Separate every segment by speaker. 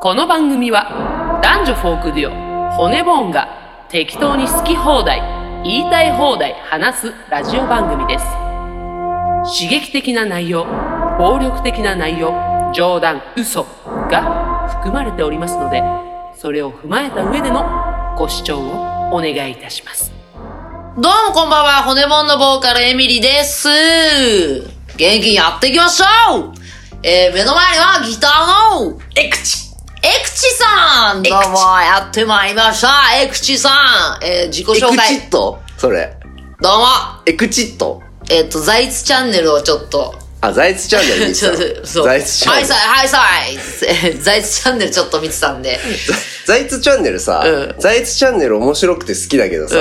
Speaker 1: この番組は男女フォークデュオ骨ボーンが適当に好き放題言いたい放題話すラジオ番組です刺激的な内容暴力的な内容冗談嘘が含まれておりますのでそれを踏まえた上でのご視聴をお願いいたします
Speaker 2: どうもこんばんは、骨盆のボーカルエミリです。元気にやっていきましょうえー、目の前にはギターのエクチ。エクチさんどうもやってまいりました、エクチさんえー、自己
Speaker 3: エ
Speaker 2: 紹
Speaker 3: ク
Speaker 2: 介
Speaker 3: チ。ットそれ。
Speaker 2: どうも
Speaker 3: エクチット
Speaker 2: えっ、と、ザイツチャンネルをちょっと。
Speaker 3: あ、ザイツチャンネル見
Speaker 2: ちょって
Speaker 3: た
Speaker 2: と、
Speaker 3: の。
Speaker 2: そう。
Speaker 3: ザイツチャン
Speaker 2: はい
Speaker 3: ネル
Speaker 2: さ。い、はいさい。えーザイツチャンネルちょっと見てたんで。
Speaker 3: ザイツチャンネルさ、
Speaker 2: うん
Speaker 3: ザイツチャンネル面白くて好きだけどさ、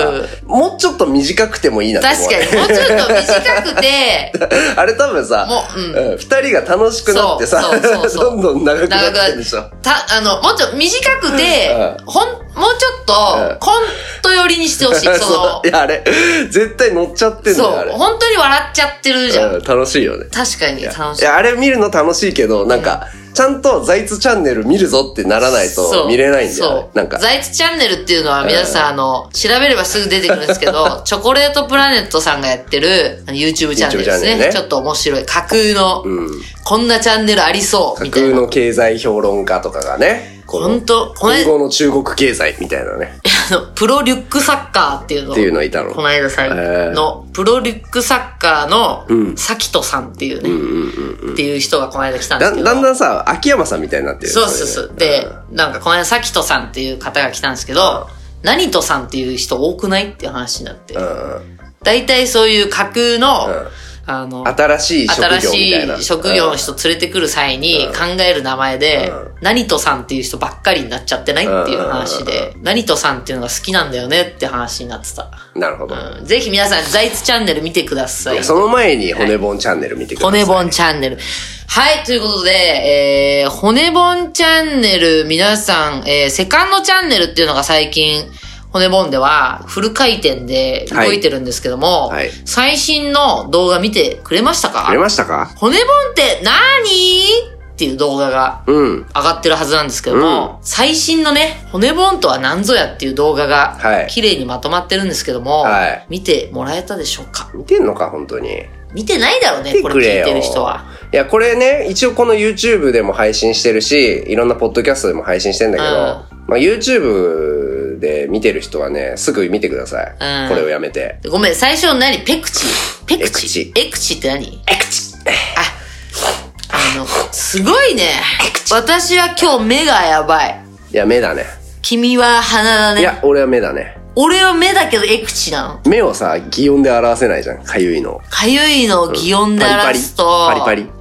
Speaker 3: もうちょっと短くてもいいなって
Speaker 2: 確
Speaker 3: 思う。
Speaker 2: かに、もうちょっと短くて、
Speaker 3: あれ多分さ
Speaker 2: も、う
Speaker 3: うんん二人が楽しくなってさ
Speaker 2: そうそうそう、そ
Speaker 3: ど
Speaker 2: うん
Speaker 3: どん長くな
Speaker 2: 長
Speaker 3: っ
Speaker 2: くな
Speaker 3: て
Speaker 2: る
Speaker 3: るでしょ。
Speaker 2: た、あの、もうちょっと短くて、
Speaker 3: う
Speaker 2: ほん、もうちょっと、
Speaker 3: うん
Speaker 2: コント寄りにしてほ しい。そ
Speaker 3: いや、あれ、絶対乗っちゃって
Speaker 2: の、
Speaker 3: んだよ、あ
Speaker 2: そう、
Speaker 3: れ。
Speaker 2: 本当に笑っちゃってるじゃん。
Speaker 3: うん楽しいよね。
Speaker 2: 確かに楽し
Speaker 3: い
Speaker 2: い。
Speaker 3: や、あれ見るの楽しいけど、なんか、ちゃんとザイツチャンネル見るぞってならない
Speaker 2: そ
Speaker 3: と
Speaker 2: う
Speaker 3: 見れないんだよね
Speaker 2: そ。う。
Speaker 3: なんか、
Speaker 2: ザイツチャンネルっていうのは皆さん、あの、調べればすぐ出てくるんですけ ど、チョコレートプラネットさんがやってるあの YouTube チャンネルです
Speaker 3: YouTube チ
Speaker 2: ね
Speaker 3: ャンネルね
Speaker 2: ちょっと面白い。架空の、
Speaker 3: うん。
Speaker 2: こんなチャンネルありそう、
Speaker 3: 架
Speaker 2: みたい
Speaker 3: 空
Speaker 2: な。
Speaker 3: の経済評論家とかがね、こ
Speaker 2: ほんと、この
Speaker 3: 今
Speaker 2: 間、
Speaker 3: 後の中国経済みたいなね、
Speaker 2: あのプロリュックサッカーっていうのを
Speaker 3: っていうのいたの。
Speaker 2: この間最後
Speaker 3: えー
Speaker 2: の、プロリュックサッカー
Speaker 3: う
Speaker 2: の、
Speaker 3: ん
Speaker 2: サキトさんっていうね、
Speaker 3: うんうんうんうん
Speaker 2: っていう人がこの間来たんです
Speaker 3: だ
Speaker 2: けど。
Speaker 3: だんだんさ、秋山さんみたいになってるよ
Speaker 2: そう
Speaker 3: ね。
Speaker 2: そうそう。
Speaker 3: れね
Speaker 2: で、なんかこの間サキトさんっていう方が来たんですけど、何とさんっていう人多くないっていう話になって
Speaker 3: う。んうん
Speaker 2: 大体そういう架空の、
Speaker 3: うん
Speaker 2: あの、
Speaker 3: 新しい職
Speaker 2: 新
Speaker 3: 業みたい
Speaker 2: し
Speaker 3: な。
Speaker 2: い職業の人連れてくる際に考える名前で、何とさんっていう人ばっかりになっちゃってないっていう話で、何とさんっていうのが好きなんだよねって話になってた。
Speaker 3: うんなるほど。
Speaker 2: うんぜひ皆さん、ザイツチャンネル見てください。
Speaker 3: その前に骨盆チャンネル見てください。
Speaker 2: 骨盆チャンネル。はい、ということで、えー、骨盆チャンネル、皆さん、えー、セカンドチャンネルっていうのが最近、骨盆ではフル回転で動いてるんですけども、
Speaker 3: はいはい
Speaker 2: 最新の動画見てくれましたか
Speaker 3: 見れましたか
Speaker 2: 骨盆って何っていう動画が
Speaker 3: うん。
Speaker 2: 上がってるはずなんですけども、最新のね、骨盆とは何ぞやっていう動画
Speaker 3: は
Speaker 2: が
Speaker 3: い、
Speaker 2: 綺麗にまとまってるんですけども、
Speaker 3: はい
Speaker 2: 見てもらえたでしょうか
Speaker 3: 見てんのか、本当に。
Speaker 2: 見てないだろう
Speaker 3: 見
Speaker 2: ね、
Speaker 3: て
Speaker 2: これ
Speaker 3: くれ
Speaker 2: 聞い
Speaker 3: よ
Speaker 2: てる人は。
Speaker 3: いや、これね、一応この YouTube でも配信してるし、いろんなポッドキャストでも配信してんだけど、まあ、YouTube で見てる人はね、すぐ見てください。
Speaker 2: ん
Speaker 3: これをやめて。
Speaker 2: ごめん、最初何ペクチペクチ
Speaker 3: ペクチ
Speaker 2: エクチって何エクチあ、 あの、すごいね。私は今日目がやばい。
Speaker 3: いや、目だね。
Speaker 2: 君は鼻だ
Speaker 3: い
Speaker 2: ね。
Speaker 3: や、俺は目だね。
Speaker 2: 俺は目だけどエクチなの。
Speaker 3: 目をさ、擬音で表せないじゃん。かゆいの。
Speaker 2: かゆいのを擬音で
Speaker 3: パ
Speaker 2: 表
Speaker 3: リ
Speaker 2: すと、
Speaker 3: パリ。パリパ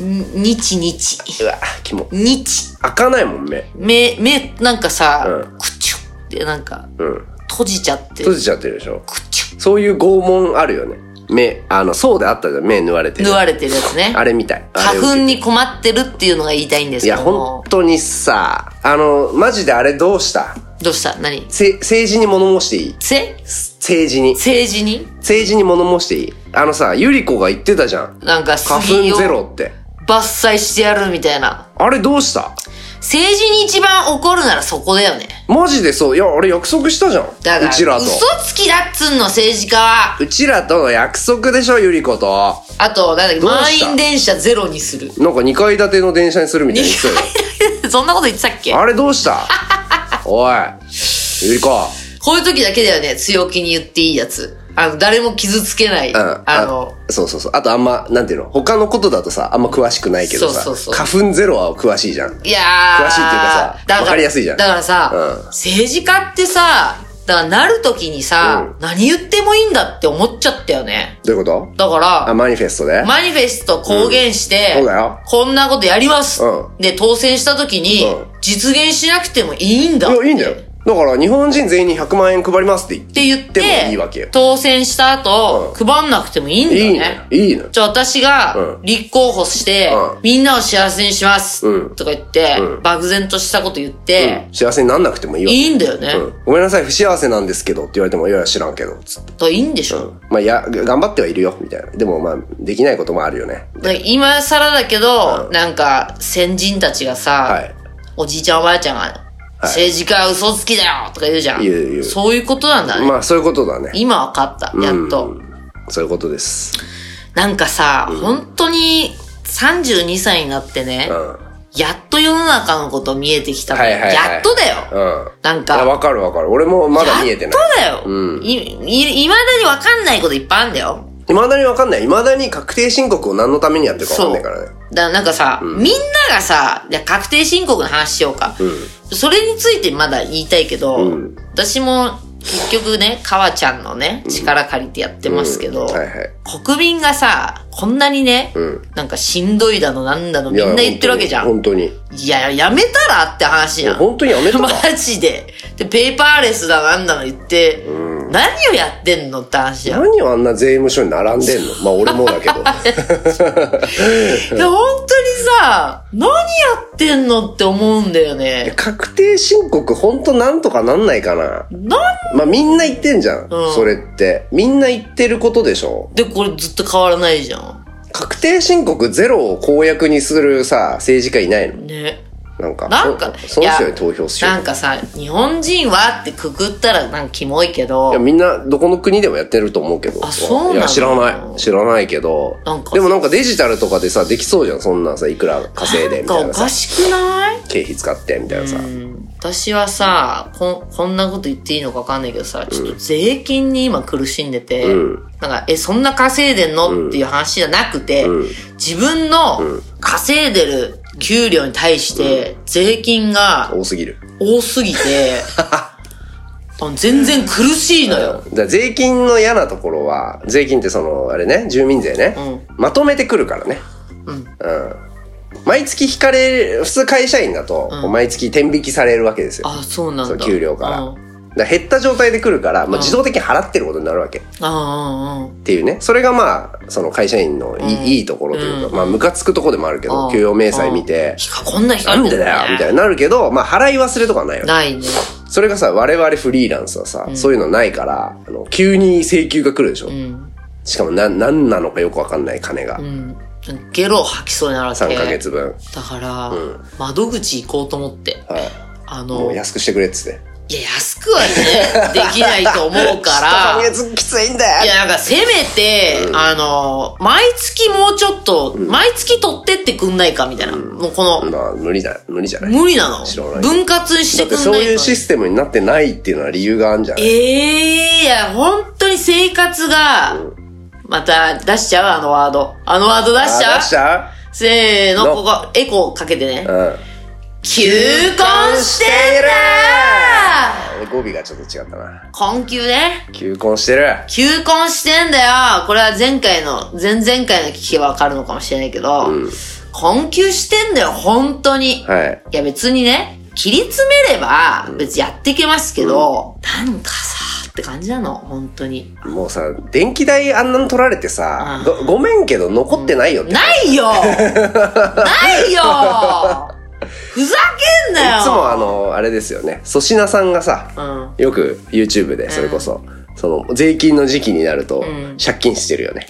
Speaker 2: んにちにち。
Speaker 3: リ。うわ、キモ。
Speaker 2: にち。
Speaker 3: 開かないもん、目。
Speaker 2: 目、目、なんかさ、
Speaker 3: う
Speaker 2: くちゅってなんか、
Speaker 3: うん。
Speaker 2: 閉じちゃって。
Speaker 3: 閉じちゃってるでしょ。
Speaker 2: くち
Speaker 3: そういう拷問あるよね。目、あの、そうであったじゃん。目縫われて
Speaker 2: ゅ。
Speaker 3: る
Speaker 2: 縫。われてるやつね。
Speaker 3: あれみたい。あ
Speaker 2: 花
Speaker 3: れ受け
Speaker 2: 粉に困ってるっていうのが言いたいんですけ
Speaker 3: いや、
Speaker 2: ど
Speaker 3: 本
Speaker 2: も。
Speaker 3: 当にさ、あの、マジであれどうした
Speaker 2: どうした何
Speaker 3: せ、政治に物申していい
Speaker 2: せ
Speaker 3: 政治に。
Speaker 2: 政治に
Speaker 3: 政治に物申していいあのさ、ゆり子が言ってたじゃん。
Speaker 2: なんか
Speaker 3: 花
Speaker 2: 杉
Speaker 3: 粉
Speaker 2: を
Speaker 3: ゼ
Speaker 2: 伐
Speaker 3: ロって。
Speaker 2: 採してやるみたいな。
Speaker 3: あれどうした
Speaker 2: 政治に一番怒るならそこだよね。
Speaker 3: マジでそう。いや、あれ約束したじゃん。
Speaker 2: だから、
Speaker 3: うちらと。
Speaker 2: 嘘つきだっつんの政治家は。
Speaker 3: うちらとの約束でしょ、ゆり子と。
Speaker 2: あと、なんだっけ、
Speaker 3: どう
Speaker 2: 満
Speaker 3: した
Speaker 2: 員電車ゼロにする。
Speaker 3: なんか2階建ての電車にするみたいに言ってたよ
Speaker 2: そんなこと言ってたっけ
Speaker 3: あれどうした おい。ゆり子。
Speaker 2: こういう時だけだよね、強気に言っていいやつ。あの、誰も傷つけない。
Speaker 3: うん。
Speaker 2: あの、
Speaker 3: そうそうそう。あとあんま、なんていうの他のことだとさ、あんま詳しくないけどさ。
Speaker 2: そうそうそう
Speaker 3: 花粉ゼロは詳しいじゃん。
Speaker 2: いやー。
Speaker 3: 詳しいっていうかさ
Speaker 2: だら
Speaker 3: わかりやすいじゃん
Speaker 2: だからさ、
Speaker 3: うん
Speaker 2: 政治家ってさ、だからなる時にさ、何言ってもいいんだって思っちゃったよね。
Speaker 3: どういうこと
Speaker 2: だか
Speaker 3: あ、
Speaker 2: ら、
Speaker 3: マニフェストで
Speaker 2: マニフェスト公言して、
Speaker 3: うんそうだよ
Speaker 2: こんなことやります、
Speaker 3: う
Speaker 2: で、当選した時に、
Speaker 3: うん
Speaker 2: 実現しなくてもいいんだ
Speaker 3: い
Speaker 2: って。
Speaker 3: や、いいんだよ。だから、日本人全員に100万円配りますって言っ
Speaker 2: って言って、
Speaker 3: でもいいわけよ
Speaker 2: 当選した後、
Speaker 3: う
Speaker 2: 配んなくてもいいんだ
Speaker 3: い
Speaker 2: よ
Speaker 3: い
Speaker 2: ね。
Speaker 3: ね。いいね。
Speaker 2: じゃあ私が
Speaker 3: う
Speaker 2: 立候補して、
Speaker 3: うん
Speaker 2: みんなを幸せにします、
Speaker 3: うん
Speaker 2: とか言って、
Speaker 3: うん
Speaker 2: 漠然としたこと言って、
Speaker 3: 幸せになんなくてもいいわけ。
Speaker 2: いいんだよね。
Speaker 3: うん。ごめんなさい、不幸せなんですけどって言われても、いやいや知らんけど、つって。
Speaker 2: といいんでしょ、
Speaker 3: まあ、いや、頑張ってはいるよ、みたいな。でも、まあ、できないこともあるよね。
Speaker 2: だから今更だけど、なんか先人たちがさ、
Speaker 3: はい
Speaker 2: おじいちゃんおばあちゃんが、政治家は嘘つきだよとか言うじゃん。
Speaker 3: 言う言う
Speaker 2: そういうことなんだね。
Speaker 3: まあそういうことだね。
Speaker 2: 今わかった。やっと。
Speaker 3: うんそういうことです。
Speaker 2: なんかさ、本当に32歳になってね
Speaker 3: う、ん。うん。
Speaker 2: やっと世の中のこと見えてきたの、
Speaker 3: はいはいはい
Speaker 2: やっとだよ。なん
Speaker 3: いや
Speaker 2: か、
Speaker 3: わかるわかる。俺もまだ見えてない。
Speaker 2: やっとだよ。
Speaker 3: うん
Speaker 2: い、い、いまだにわかんないこといっぱいあんだよ。
Speaker 3: いまだにわかんない。いまだに確定申告を何のためにやってるかわかんないからね。
Speaker 2: だからなんかさ、みんながさ、いや確定申告の話しようか、それについてまだ言いたいけど、
Speaker 3: うん
Speaker 2: 私も結局ね、かわちゃんのね、力借りてやってますけど、
Speaker 3: うんはいはい。
Speaker 2: 国民がさ、こんなにね、
Speaker 3: うん
Speaker 2: なんかしんどいだのなんだの
Speaker 3: い
Speaker 2: みん
Speaker 3: や
Speaker 2: な言ってるわけじゃん。
Speaker 3: 本当に。
Speaker 2: いや、やめたらって話じゃん。
Speaker 3: 本当に やめたら
Speaker 2: マジで。で、ペーパーレスだなんだの言って、何をやってんのって話じゃん。
Speaker 3: 何をあんな税務署に並んでんのまあ俺もだ けど。
Speaker 2: で、本当にさ、何やってんのって思うんだよね。
Speaker 3: 確定申告本当なんとかなんないかな。
Speaker 2: なん
Speaker 3: まあみんな言ってんじゃん。
Speaker 2: うん
Speaker 3: それって。みんな言ってることでしょ
Speaker 2: で、これずっと変わらないじゃん。
Speaker 3: 確定申告ゼロを公約にするさ、政治家いないの
Speaker 2: ね。
Speaker 3: なんか、
Speaker 2: なんか
Speaker 3: そその人
Speaker 2: い
Speaker 3: に
Speaker 2: や
Speaker 3: 投票しよう
Speaker 2: なんかさ、日本人はってくくったらなんかキモいけ
Speaker 3: いや、
Speaker 2: ど、
Speaker 3: みんな、どこの国でもやってると思うけど。
Speaker 2: あそうなの
Speaker 3: いや、知らない。知らないけど。
Speaker 2: なんか
Speaker 3: でもなんかデジタルとかでさ、できそうじゃん。そんなんさ、いくら稼い
Speaker 2: なん
Speaker 3: で、みた
Speaker 2: か
Speaker 3: い
Speaker 2: お
Speaker 3: なさ
Speaker 2: か。しくない
Speaker 3: 経費使って、みたいなさ。
Speaker 2: うん私はさこん、こんなこと言っていいのかわかんないけどさ、ちょっと税金に今苦しんでて、
Speaker 3: うん
Speaker 2: なんか、え、そんな稼いでんのっていう話じゃなくて、
Speaker 3: うん
Speaker 2: 自分の稼いでる給料に対して、税金が
Speaker 3: 多すぎる。
Speaker 2: 多すぎ て、あ全然苦しいのよ。
Speaker 3: だから税金の嫌なところは、税金ってその、あれね、住民税ね。まとめてくるからね。うん。毎月引かれる、普通会社員だと、こう毎月天引きされるわけですよ。
Speaker 2: あ、そうな
Speaker 3: そ
Speaker 2: ん
Speaker 3: の
Speaker 2: だ。
Speaker 3: 給料から。
Speaker 2: うん
Speaker 3: だから減った状態で来るから、まあ、自動的に払ってることになるわけ。
Speaker 2: あー
Speaker 3: っていうね。それがまあ、その会社員のいい,、いいところというか、まあ、ムカつくとこでもあるけ
Speaker 2: う
Speaker 3: ど、
Speaker 2: ん
Speaker 3: 給与明細見て、
Speaker 2: あー、あーこんな
Speaker 3: な
Speaker 2: 光
Speaker 3: ん
Speaker 2: って
Speaker 3: で
Speaker 2: る
Speaker 3: だよみたいになるけど、まあ、払い忘れとかはないよね。
Speaker 2: ないね。
Speaker 3: それがさ、我々フリーランスはさ、そういうのないから、あの、急に請求が来るでしょ。
Speaker 2: ん
Speaker 3: しかもな、なんなのかよくわかんない金が。
Speaker 2: うん。ゲロを吐きそうにならせて。
Speaker 3: 3ヶ月分。
Speaker 2: だから、窓口行こうと思って。
Speaker 3: はい。
Speaker 2: あ
Speaker 3: も
Speaker 2: の、
Speaker 3: う
Speaker 2: いや、
Speaker 3: 安くしてくれっつって。
Speaker 2: 安くは ね、できないと思うか
Speaker 3: 今
Speaker 2: ら、
Speaker 3: 月きついんだ
Speaker 2: い
Speaker 3: よ
Speaker 2: や、なんかせめて、あの、毎月もうちょっと、毎月取ってってくんないかみたいな。もうこの、
Speaker 3: まあ、無理だ、無理じゃない。
Speaker 2: 無理なの
Speaker 3: 知らない
Speaker 2: 分割し
Speaker 3: だ
Speaker 2: て
Speaker 3: っ
Speaker 2: くん
Speaker 3: て
Speaker 2: ない
Speaker 3: そういうシ
Speaker 2: テ
Speaker 3: ステムになってないっていうのは理由があるんじゃない
Speaker 2: ええいや、本当に生活が、また出しちゃうあのワード。あのワード出しちゃ
Speaker 3: あ
Speaker 2: う
Speaker 3: 出しちゃ
Speaker 2: せーの、
Speaker 3: の
Speaker 2: ここ、エコーかけてね
Speaker 3: う。うん。
Speaker 2: 求婚してんだ
Speaker 3: 俺語尾がちょっと違ったな。
Speaker 2: 困窮ね。
Speaker 3: 求婚してる。
Speaker 2: 求婚してんだよこれは前回の、前々回の聞けばわかるのかもしれないけど、困窮してんだよ、本当に。
Speaker 3: はい。
Speaker 2: いや別にね、切り詰めれば、別にやっていけますけど、なんかさ、って感じなの、本当に。
Speaker 3: もうさ、電気代あんなの取られてさ、ごごめんけど残ってないよって。い
Speaker 2: ない よないよふざけんなよ
Speaker 3: つもあの、あれですよね。粗品さんがさ、
Speaker 2: うん。
Speaker 3: よく YouTube でそれこそ、その税金の時期になると、借金してるよね。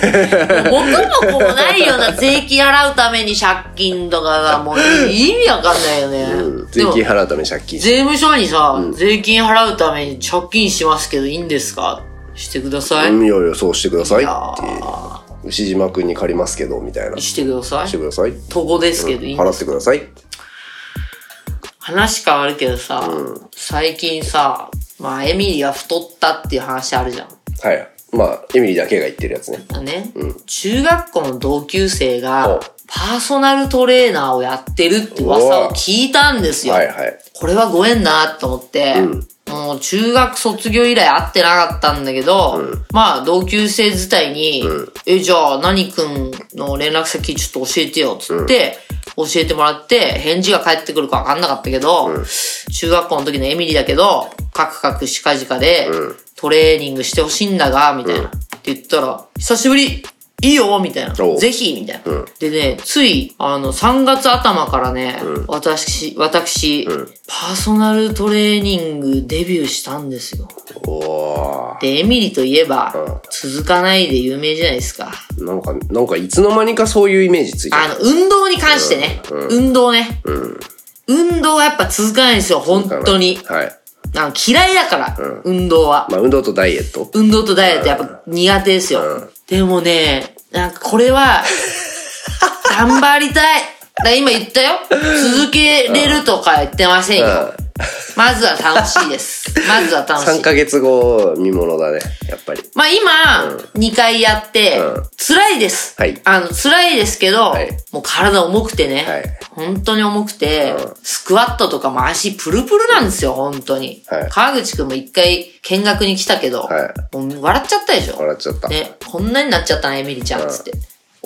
Speaker 2: 元も子もないような税金払うために借金とかがもう意味わかんないよね。
Speaker 3: うん税
Speaker 2: でも
Speaker 3: 金払うために借金して
Speaker 2: 税務署にさ、税金払うために借金しますけどいいんですかしてください。
Speaker 3: る。うん、いやいや、そうしてください
Speaker 2: いや
Speaker 3: って。牛島くんに借りますけど、みたいな。し
Speaker 2: してください
Speaker 3: て。ください。
Speaker 2: 都合ですけどいいんで
Speaker 3: 払ってください。
Speaker 2: 話変わるけどさ、最近さ、まあエミリが太ったっていう話あるじゃん。
Speaker 3: はい。まあ、エミリーだけが言ってるやつね。
Speaker 2: だね、中学校の同級生が
Speaker 3: お
Speaker 2: パーソナルトレーナーをやってるって噂を聞いたんですよ。
Speaker 3: はいはい。
Speaker 2: これはご縁なと思って、もう中学卒業以来会ってなかったんだけど、まあ同級生自体に、え、じゃあ何くんの連絡先ちょっと教えてよっつって、教えてもらって、返事が返ってくるか分かんなかったけど、中学校の時のエミリーだけど、カクカクしかじかで、トレーニングしてほしいんだが、みたいな。って言ったら、久しぶりいいよみたいな。
Speaker 3: おう
Speaker 2: ぜひみたいな、でね、つい、あの、3月頭からね、私、私、パーソナルトレーニングデビューしたんですよ。
Speaker 3: おー。
Speaker 2: で、エミリといえば、
Speaker 3: うん
Speaker 2: 続かないで有名じゃないですか。
Speaker 3: なんか、なんかいつの間にかそういうイメージついてる
Speaker 2: あの、運動に関してね。運動ね。運動はやっぱ続かないんですよ、本当に。
Speaker 3: はい。
Speaker 2: なんか嫌いだから、
Speaker 3: ん
Speaker 2: 運動は。
Speaker 3: まあ、運動とダイエット。
Speaker 2: 運動とダイエットやっぱ苦手ですよ。
Speaker 3: うん
Speaker 2: でもね、なんかこれは、 頑張りたい。だから今言ったよ。続けれるとか言ってませんよ。まずは楽しいです。まずは楽し
Speaker 3: 3
Speaker 2: い。
Speaker 3: ヶ月後、見ものだね。やっぱり。
Speaker 2: まあ今、2回やって、
Speaker 3: うん
Speaker 2: 辛いです。
Speaker 3: はい
Speaker 2: あの、辛いですけど、
Speaker 3: はい
Speaker 2: もう体重くてね、
Speaker 3: はい
Speaker 2: 本当に重くて、
Speaker 3: うん
Speaker 2: スクワットとかも足プルプルなんですよ、本当に。
Speaker 3: はい
Speaker 2: 川口くんも一回見学に来たけど、
Speaker 3: はい
Speaker 2: もう笑っちゃったでしょ。
Speaker 3: 笑っちゃった。
Speaker 2: ね、こんなになっちゃったね、エミリちゃん、つって。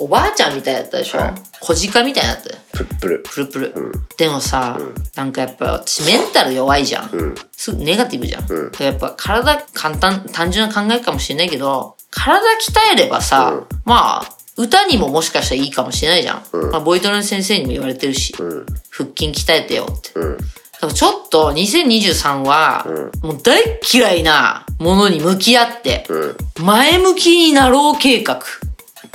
Speaker 2: おばあちゃんみたいだったでしょ、
Speaker 3: はい
Speaker 2: 小鹿みたいだったよ
Speaker 3: プルプル。
Speaker 2: プルプル。でもさ、なんかやっぱ私メンタル弱いじゃん。すぐネガティブじゃん。だからやっぱ体簡単、単純な考えかもしれないけど、体鍛えればさ、まあ、歌にももしかしたらいいかもしれないじゃん。まあ、ボイトレの先生にも言われてるし、腹筋鍛えてよって。
Speaker 3: うん。
Speaker 2: だからちょっと2023は、もう大っ嫌いなものに向き合って、前向きになろう計画。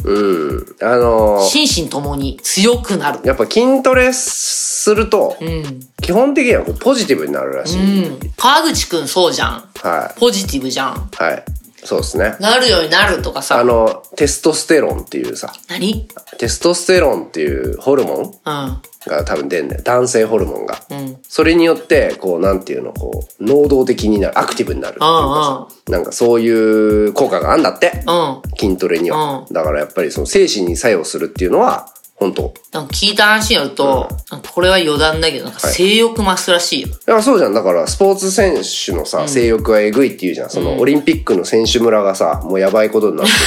Speaker 3: うん。あのー
Speaker 2: 心身ともに強くなる。
Speaker 3: やっぱ筋トレすると、
Speaker 2: うん。
Speaker 3: 基本的にはこうポジティブになるらしい。
Speaker 2: うん。川口くんそうじゃん。
Speaker 3: は
Speaker 2: ポジティブじゃん。
Speaker 3: い。はい。そうですね。
Speaker 2: なるようになるとか
Speaker 3: あ
Speaker 2: さ。
Speaker 3: の、テストステロンっていうさ、
Speaker 2: 何
Speaker 3: テストステロンっていうホルモン
Speaker 2: うん。
Speaker 3: が多分出んね男性ホルモンが。
Speaker 2: うん。
Speaker 3: それによって、こう、なんていうの、こう、能動的になる、アクティブになるっていうかさ、なんかそういう効果があんだって、
Speaker 2: うん。
Speaker 3: 筋トレには
Speaker 2: う。
Speaker 3: だからやっぱりその精神に作用するっていうのは、本当
Speaker 2: なんか聞いた話によると、なんかこれは余談だけど、なんか性欲増すらしいよ。
Speaker 3: いや、そうじゃん。だから、スポーツ選手のさ、性欲はえぐいって言うじゃん。その、オリンピックの選手村がさ、もうやばいことになってる。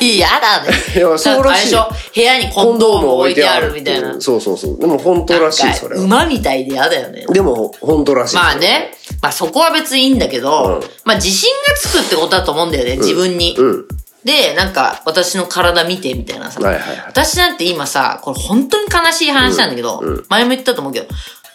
Speaker 2: やだね。
Speaker 3: い やそ
Speaker 2: なん
Speaker 3: う
Speaker 2: か
Speaker 3: ら
Speaker 2: あれ
Speaker 3: し
Speaker 2: で
Speaker 3: い
Speaker 2: しょ部屋にコンドームを置いてあるみたい
Speaker 3: っ
Speaker 2: な
Speaker 3: てう。そうそうそう。でも本当らし、
Speaker 2: ないんか
Speaker 3: それは。
Speaker 2: 馬みたいでやだよね。
Speaker 3: でも、本当らしい。
Speaker 2: まあね。まあそこは別にいいんだけど、
Speaker 3: うん
Speaker 2: まあ自信がつくってことだと思うんだよね、自分に。
Speaker 3: うん。
Speaker 2: で、なんか私の体見てみたいなさ。
Speaker 3: はいはいはい
Speaker 2: 私なんて今さ、これ本当に悲しい話なんだけど、前も言ったと思うけど、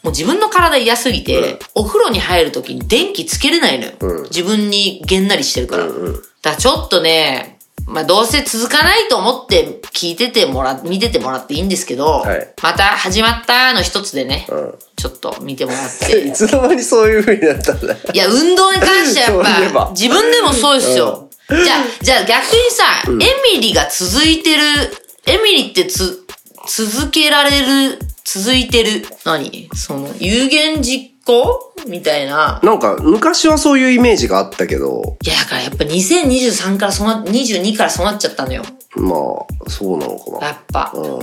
Speaker 2: もう自分の体嫌すぎて、お風呂に入るときに電気つけれないのよ。自分にげんなりしてるから。だからちょっとね、まあどうせ続かないと思って聞いててもら、見ててもらっていいんですけど、
Speaker 3: はい
Speaker 2: また始まったの一つでね、
Speaker 3: ん
Speaker 2: ちょっと見てもらっ
Speaker 3: でい
Speaker 2: て。
Speaker 3: つの間にそういう風になったんだ
Speaker 2: いや、運動に関しては
Speaker 3: そうい
Speaker 2: や
Speaker 3: え
Speaker 2: っぱ
Speaker 3: ば、
Speaker 2: 自分でもそうですよ。じゃあ、じゃあ逆にさ、エミリが続いてる、エミリってつ、続けられる、続いてる、何その、有言実行みたいな。
Speaker 3: なんか、昔はそういうイメージがあったけど、
Speaker 2: いや、だからやっぱ2023からそうな、22からそうなっちゃったのよ。
Speaker 3: まあ、そうなのか
Speaker 2: やっぱ。
Speaker 3: な。うん。は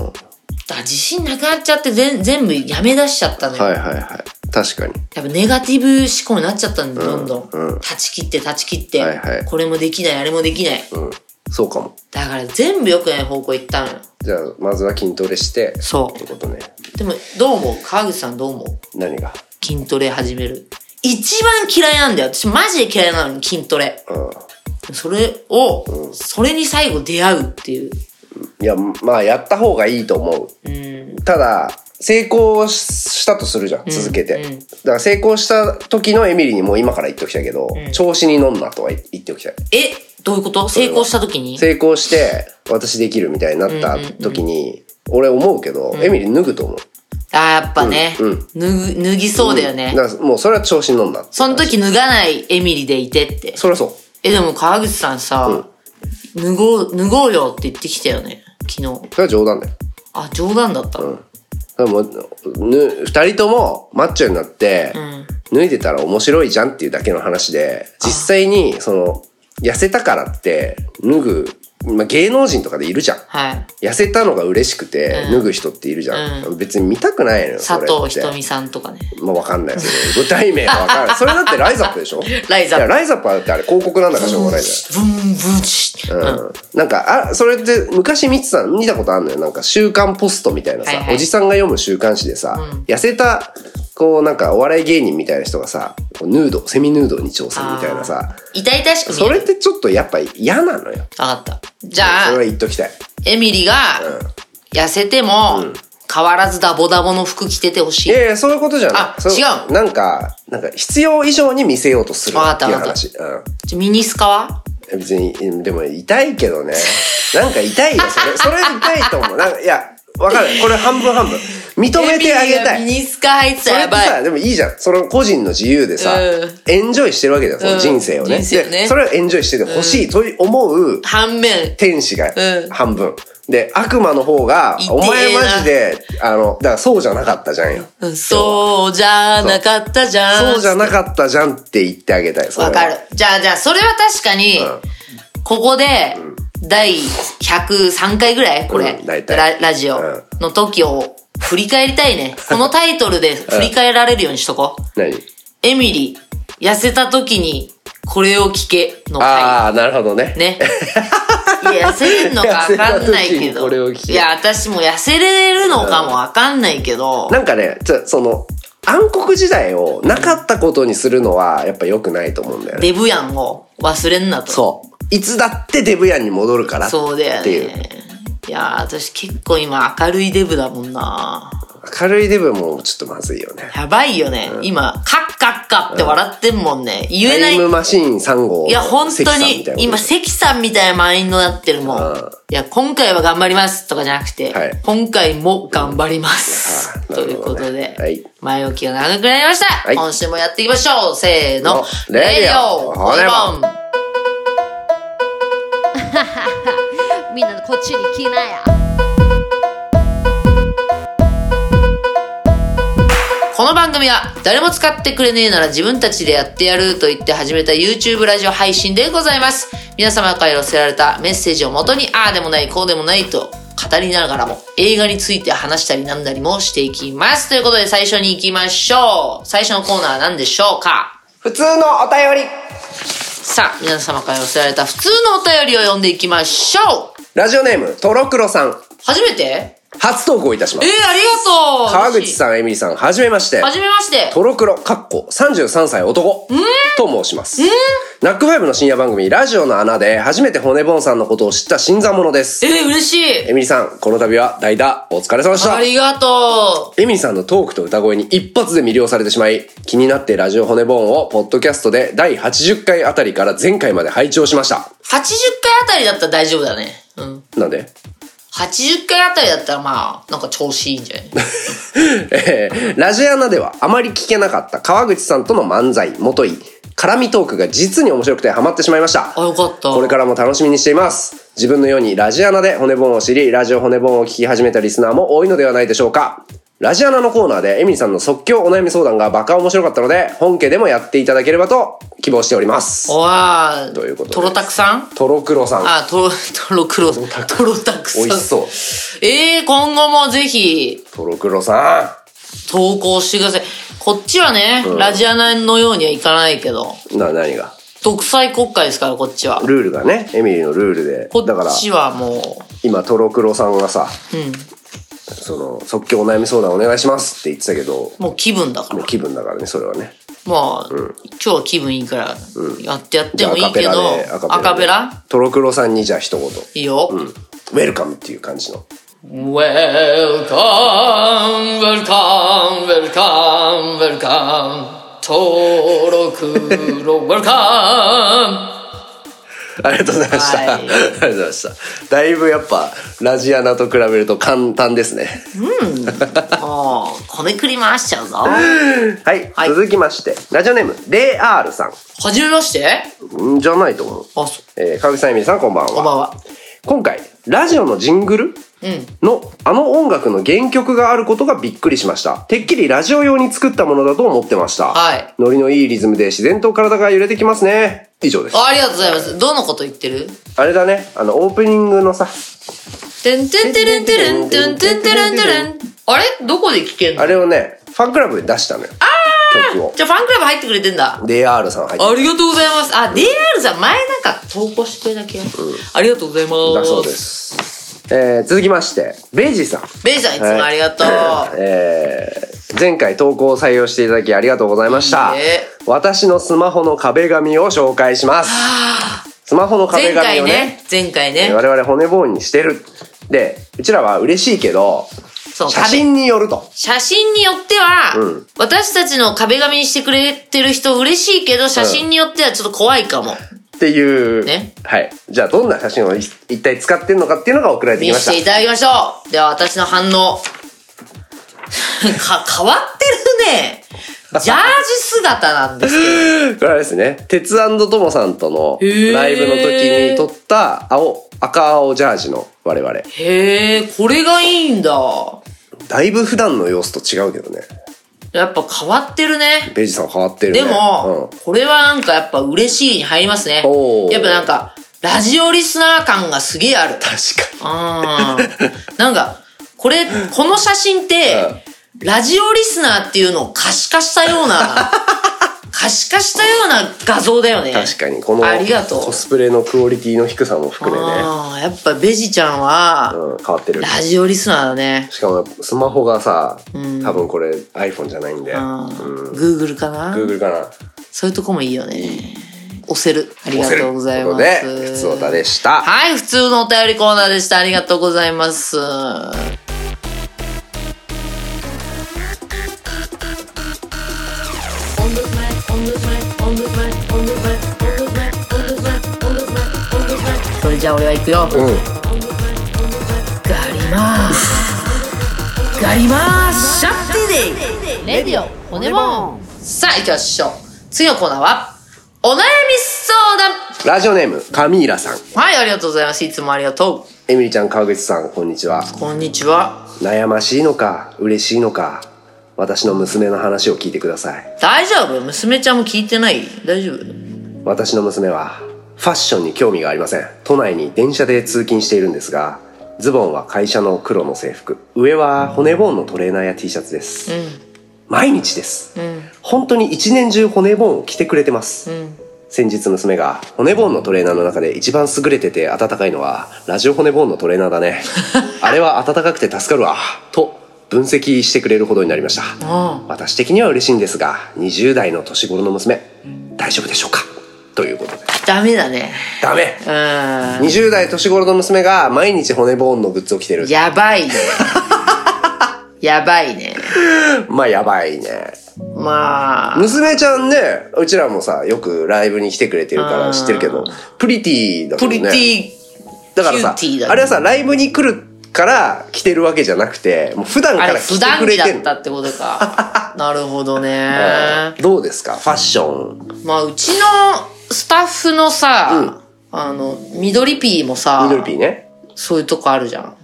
Speaker 2: だから自信なくなっちゃって全全部やめ出しちゃったの
Speaker 3: い
Speaker 2: よ。
Speaker 3: はいはい。確かに。
Speaker 2: やっぱネガティブ思考になっちゃったんで、どんどん。
Speaker 3: うん
Speaker 2: 断ち切って断ち切って、
Speaker 3: はいはい
Speaker 2: これもできない、あれもできない。
Speaker 3: うん。そうかも。
Speaker 2: だから全部良くない方向行ったのよ。
Speaker 3: じゃあ、まずは筋トレして、
Speaker 2: そ
Speaker 3: ってことね。
Speaker 2: う。でも、どう思う川口さんどう思う
Speaker 3: 何が
Speaker 2: 筋トレ始める。一番嫌いなんだよ。私マジで嫌いなのに筋トレ。
Speaker 3: う
Speaker 2: それを、それに最後出会うっていう。
Speaker 3: ん。いや、まあ、やった方がいいと思
Speaker 2: う
Speaker 3: う。
Speaker 2: ん。
Speaker 3: ただ成功ししたとするじゃん続けて、
Speaker 2: うん
Speaker 3: だから成功した時のエミリーにも今から言っておきたいけど、調子に飲んだとは言言っておきたい
Speaker 2: え、どういうこと成功した時に
Speaker 3: 成功して私できるみたいになった時に、俺思うけど、エミリー脱ぐと思う
Speaker 2: あーやっぱね、
Speaker 3: うん
Speaker 2: 脱ぐ脱ぎそうだよね。
Speaker 3: だからもうそれは調子に飲んだ
Speaker 2: その時脱がないエミリでいてって。
Speaker 3: そりゃそ
Speaker 2: え、でも川口さんさ、脱ごう、脱ごうよって言ってきたよね。昨日
Speaker 3: う。それは冗談だよ
Speaker 2: あ、冗談だった。うん。
Speaker 3: だからもうぬ二人ともマッチョになって、脱いでたら面白いじゃんっていうだけの話で実際にその痩せたからって脱ぐ、まあ、芸能人とかでいるじゃん
Speaker 2: はい。
Speaker 3: 痩せたのが嬉しくて、脱ぐ人っているじゃん。別に見たくないのよ、そ
Speaker 2: 佐
Speaker 3: れって。
Speaker 2: 藤ひとみさんとかね。
Speaker 3: まあ、わかんない。それ具体名がわかんない。それだってライザップでしょ
Speaker 2: ライザップ
Speaker 3: いやライザップはだってあれ広告なんだからしょうがないじ
Speaker 2: ブンブンチ。
Speaker 3: ゃん。うん。なんか、あ、それって昔見てた、見たことあるのよ。なんか週刊ポストみたいなさ、
Speaker 2: はいはい
Speaker 3: おじさんが読む週刊誌でさ、痩せた、こうなんかお笑い芸人みたいな人がさ、こうヌード、セミヌードに挑戦みたいなさ、
Speaker 2: 痛々しく見
Speaker 3: そ
Speaker 2: え
Speaker 3: れ
Speaker 2: る。
Speaker 3: ってちょっとやっぱ嫌なのよ。
Speaker 2: わかった。じゃ
Speaker 3: それは
Speaker 2: あ、
Speaker 3: 言っときたい。
Speaker 2: エミリが、痩せても、変わらずダボダボの服着ててほし
Speaker 3: い
Speaker 2: い。
Speaker 3: やいや、そういうことじゃない。
Speaker 2: あ
Speaker 3: そ
Speaker 2: 違う
Speaker 3: なんか、なんか、必要以上に見せようとする
Speaker 2: わかっ
Speaker 3: って
Speaker 2: た
Speaker 3: いう
Speaker 2: わかっ
Speaker 3: 話。う
Speaker 2: じゃあミニスカは
Speaker 3: ん。別に、でも痛いけ どね。なんか痛いよ、それ。それ痛いと思う。なんか、いや、わかる。これ半分半分。認めてあげた
Speaker 2: エミリーがミ
Speaker 3: い。
Speaker 2: ニスカ入って
Speaker 3: そ
Speaker 2: たら
Speaker 3: れっ
Speaker 2: や
Speaker 3: て
Speaker 2: ばい。
Speaker 3: さ、でもいいじゃん。その個人の自由でさ、
Speaker 2: う
Speaker 3: エンジョイしてるわけだよ、その人生をね。
Speaker 2: うん人生をね
Speaker 3: でそれをエンジョイしててほしいと思う
Speaker 2: 反面、
Speaker 3: 天使が
Speaker 2: うん
Speaker 3: 半分。で、悪魔の方が
Speaker 2: 痛え、な
Speaker 3: お前マジで、あの、だからそうじゃなかったじゃんよ。
Speaker 2: そうじゃなかったじゃん。
Speaker 3: そうじゃなかったじゃんって言ってあげたい。それ
Speaker 2: わ
Speaker 3: は
Speaker 2: かる。。じゃあ、じゃあ、それは確かに、ここで、第103回ぐらいこれ、
Speaker 3: うん大体
Speaker 2: ララジオ
Speaker 3: うん
Speaker 2: の時を振り返りたい ね。このタイトルで振り返られるようにしとこう。
Speaker 3: 何
Speaker 2: エミリー、痩せた時にこれを聞けの回。
Speaker 3: ああ、なるほどね。
Speaker 2: ね。いや、痩せれるのかわかんない
Speaker 3: 痩せた時
Speaker 2: け
Speaker 3: にこれ
Speaker 2: ど。
Speaker 3: を聞け
Speaker 2: いや、私も痩せれるのかもわかんないけど。
Speaker 3: なんかね、ちょその、暗黒時代をなかったことにするのは、やっぱ良くないと思うんだよね。
Speaker 2: デブやんを忘れんなと。
Speaker 3: そう。いつだってデブヤンに戻るから。
Speaker 2: そうだよ
Speaker 3: っていう。
Speaker 2: ね。いやー、私結構今明るいデブだもんな。
Speaker 3: 明るいデブもちょっとまずいよね。
Speaker 2: やばいよね。今、カッカッカって笑ってんもんね。言え
Speaker 3: タ
Speaker 2: な
Speaker 3: イ
Speaker 2: い。
Speaker 3: ムマシーン3号。
Speaker 2: いや、本当
Speaker 3: 関さんみ
Speaker 2: に
Speaker 3: たい、な
Speaker 2: 今、関さんみたいなマインドになってるもん。
Speaker 3: うん
Speaker 2: いや、今回は頑張りますとかじゃなくて、
Speaker 3: はい
Speaker 2: 今回も頑張ります。
Speaker 3: う んあー
Speaker 2: と
Speaker 3: な
Speaker 2: いう
Speaker 3: る
Speaker 2: こ
Speaker 3: ほど
Speaker 2: と
Speaker 3: ね
Speaker 2: で、
Speaker 3: はい
Speaker 2: 前置きが長くなりました、
Speaker 3: はい
Speaker 2: 今週もやっていきましょうせーの
Speaker 3: の、
Speaker 2: レ
Speaker 3: レ
Speaker 2: イ
Speaker 3: デ
Speaker 2: オ
Speaker 3: ィオ
Speaker 2: ホネボン
Speaker 4: みんなこっちに来なや。
Speaker 2: この番組は誰も使ってくれねえなら自分たちでやってやると言って始めた YouTube ラジオ配信でございます。皆様から寄せられたメッセージをもとにああでもないこうでもないと語りながらも映画について話したりなんだりもしていきます。ということで最初に行きましょう。最初のコーナーは何でしょうか
Speaker 3: 普通のお便り。
Speaker 2: さあ、皆様から寄せられた普通のお便りを読んでいきましょう。
Speaker 3: ラジオネーム、トロクロさん。
Speaker 2: 初めてえ
Speaker 3: 初投稿いたしま
Speaker 2: ー、あり
Speaker 3: す。
Speaker 2: がとう
Speaker 3: 川口さん、エミリーさん、はじめまして。
Speaker 2: はじめまして。
Speaker 3: トロクロ、かっこ、33歳男、と申します。ナックファイブの深夜番組、ラジオの穴で、初めて骨ボンさんのことを知った新参者です。
Speaker 2: えー、嬉しい。
Speaker 3: エミリーさん、この度は代打、お疲れ様でし
Speaker 2: あ
Speaker 3: た。
Speaker 2: りがと
Speaker 3: エミリーさんのトークと歌声に一発で魅了されてしまい、気になってラジオ骨ボンを、ポッドキャストで第80回あたりから前回まで拝聴しました。
Speaker 2: う。80回あたりだったら大丈夫だね。うん。
Speaker 3: なんで
Speaker 2: 80回あたりだったらまあ、なんか調子いいんじゃない
Speaker 3: えーラジアナではあまり聞けなかった川口さんとの漫才、もとい、絡みトークが実に面白くてハマってしまいました
Speaker 2: あ、。よかった。
Speaker 3: これからも楽しみにしています。自分のようにラジアナで骨本を知り、ラジオ骨本を聞き始めたリスナーも多いのではないでしょうか。ラジアナのコーナーでエミリさんの即興お悩み相談がバカ面白かったので、本家でもやっていただければと希望しております。
Speaker 2: おわー
Speaker 3: ということで
Speaker 2: トロタクさん
Speaker 3: トロクロさん。
Speaker 2: あ、トロ、 トロクロ、トロタクさん。
Speaker 3: 美味しそう。
Speaker 2: ええ今後もぜひ、
Speaker 3: トロクロさ
Speaker 2: 投稿してください。こっちはね、ラジアナのようにはいかないけど、
Speaker 3: ん。な、何が
Speaker 2: 独裁国家ですから、こっちは。
Speaker 3: ルールがね、エミリのルールで
Speaker 2: こ。
Speaker 3: だから
Speaker 2: っ、ちはも
Speaker 3: 今トロクロさんがさ、
Speaker 2: う、うん、
Speaker 3: その、即興お悩み相談お願いしますって言ってたけど、
Speaker 2: もう気分だから
Speaker 3: もう。気分だからね、それはね。
Speaker 2: まあ、今日は気分いいから、やってやってもいいけ
Speaker 3: じゃ
Speaker 2: ど、
Speaker 3: あアカペラで、
Speaker 2: ラ
Speaker 3: トロクロさんにじゃあ一言。
Speaker 2: いいよ。
Speaker 3: うんウェルカムっていう感じの。
Speaker 2: Welcome, welcome, welcome, welcome. 登録 の welcome!
Speaker 3: ありがとうございました。
Speaker 2: は
Speaker 3: あ
Speaker 2: い
Speaker 3: りがとうございました。だいぶやっぱ、ラジアナと比べると簡単ですね。
Speaker 2: もう、こねくり回しちゃうぞ。
Speaker 3: はい、
Speaker 2: はい
Speaker 3: 続きまして、ラジオネーム、レイアールさん
Speaker 2: はじめまして。
Speaker 3: んじゃないと思う。
Speaker 2: あ、そ
Speaker 3: えー、川口さん、エミリーさん、こんばんは。
Speaker 2: こんばんは。
Speaker 3: 今回、ラジオのジングル
Speaker 2: うん。
Speaker 3: のあの音楽の原曲があることがびっくりしました。てっきりラジオ用に作ったものだと思ってました。
Speaker 2: はい
Speaker 3: ノリのいいリズムで自然と体が揺れてきますね。以上です。
Speaker 2: あありがとうございます。どのこと言ってる
Speaker 3: あれだね、あの、オープニングのさ、
Speaker 2: てんてんてるんてるん、てんてんてるんてるん。あれどこで聞けんの
Speaker 3: あれをね、ファンクラブで出したのよ。曲を。
Speaker 2: じゃあファンクラブ入ってくれてんだ。
Speaker 3: DR さん入って
Speaker 2: ありがとうございます。あ、DR さん前なんか投稿してくれた気が、ありがとうございます。
Speaker 3: だそうで。す。えー、続きまして、ベイジーさん。
Speaker 2: ベイさんいつもありがとう。
Speaker 3: はいえー前回投稿を採用していただきありがとうございました。
Speaker 2: いいね
Speaker 3: 私のスマホの壁紙を紹介します。スマホの壁
Speaker 2: 前
Speaker 3: 紙
Speaker 2: 回
Speaker 3: をね
Speaker 2: ね、前回ね、
Speaker 3: 我々骨ボーンにしてる。で、うちらは嬉しいけど、
Speaker 2: そう
Speaker 3: 写真によると。
Speaker 2: 写真によっては、
Speaker 3: うん
Speaker 2: 私たちの壁紙にしてくれてる人嬉しいけど、写真によってはちょっと怖いかも。
Speaker 3: っていう。
Speaker 2: ね
Speaker 3: はい。じゃあ、どんな写真をい一体使ってんのかっていうのが送られてき
Speaker 2: 見
Speaker 3: まし
Speaker 2: せ
Speaker 3: た
Speaker 2: て。いただきましょう。では私の反応。か、変わってる ね。ジャージ姿なんですけど。
Speaker 3: これあれですね、鉄ともさんとの
Speaker 1: へー
Speaker 3: ライブの時に撮った青、赤青ジャージの我々。
Speaker 2: へえ、これがいいんだ。
Speaker 3: だいぶ普段の様子と違うけどね。
Speaker 2: やっぱ変わってるね。
Speaker 3: ベイジさん変わってるね。
Speaker 2: でも、
Speaker 3: うん
Speaker 2: これはなんかやっぱ嬉しいに入りますね
Speaker 3: お。ー
Speaker 2: やっぱなんか、ラジオリスナー感がすげえある。
Speaker 3: 確か
Speaker 2: あーなんか、これ、この写真って、ラジオリスナーっていうのを可視化したよう な、可視化したような画像だよね。
Speaker 3: に。確かに、この
Speaker 2: ありがとう
Speaker 3: コスプレのクオリティの低さも含めね、
Speaker 2: あーやっぱベジちゃんは、
Speaker 3: うん、変わってる。
Speaker 2: ラジオリスナーだね。
Speaker 3: しかもスマホがさ、多分これ iPhone じゃないんで、う
Speaker 2: うん
Speaker 3: ん、
Speaker 2: Google かな
Speaker 3: Google かな。
Speaker 2: そういうとこもいいよね。押せる。ありがとうございます。
Speaker 3: ということで、ふつおたでした。
Speaker 2: はい、普通のお便りコーナーでした。ありがとうございます。それじゃあ俺は行くよ。
Speaker 3: うん。
Speaker 2: ガリマース。ガリマースシャッティデイレディオ骨もさあ行きましょう。次のコーナーは、お悩み相談
Speaker 3: ラジオネーム、カミーラさん。
Speaker 2: はい、ありがとうございます。いつもありがと
Speaker 3: エミリちゃん、川口さん、こんにちは。
Speaker 2: う。こんにちは。
Speaker 3: 悩ましいのか、嬉しいのか、私の娘の話を聞いてください。
Speaker 2: 大丈夫娘ちゃんも聞いてない大丈夫
Speaker 3: 私の娘は、ファッションに興味がありません。都内に電車で通勤しているんですが、ズボンは会社の黒の制服、上は骨ボーンのトレーナーや T シャツです。毎日です。本当に一年中骨ボーンを着てくれてます。先日娘が骨ボーンのトレーナーの中で一番優れてて温かいのはラジオ骨ボーンのトレーナー だねあれは温かくて助かるわと分析してくれるほどになりました
Speaker 2: あ
Speaker 3: 私的には嬉しいんですが20代の年頃の娘大丈夫でしょうかということで
Speaker 2: ダメだね。
Speaker 3: ダメ
Speaker 2: う
Speaker 3: 20代年頃の娘が毎日骨ボーンのグッズを着てる
Speaker 2: ん。やば いね。やばいね。
Speaker 3: まあやばいね
Speaker 2: まあ、
Speaker 3: 娘ちゃんねうちらもさよくライブに来てくれてるから知ってるけどプリティだも
Speaker 2: プ
Speaker 3: んね
Speaker 2: リティ、
Speaker 3: だからさ、
Speaker 2: キューティーだね
Speaker 3: あれはさ、ライブに来るから着てるわけじゃなくて、もう普段か
Speaker 2: あれ
Speaker 3: ら
Speaker 2: 普
Speaker 3: 着てく
Speaker 2: 段着
Speaker 3: れ
Speaker 2: だ
Speaker 3: て
Speaker 2: っ
Speaker 3: ん
Speaker 2: た
Speaker 3: の。
Speaker 2: ってこと か。なるほど
Speaker 3: え
Speaker 2: ね。
Speaker 3: ーどうですかファッション。
Speaker 2: まあ、うちのスタッフのさ、あの、緑ピーもさ、
Speaker 3: 緑ピーね。
Speaker 2: そういうとこあるじゃん。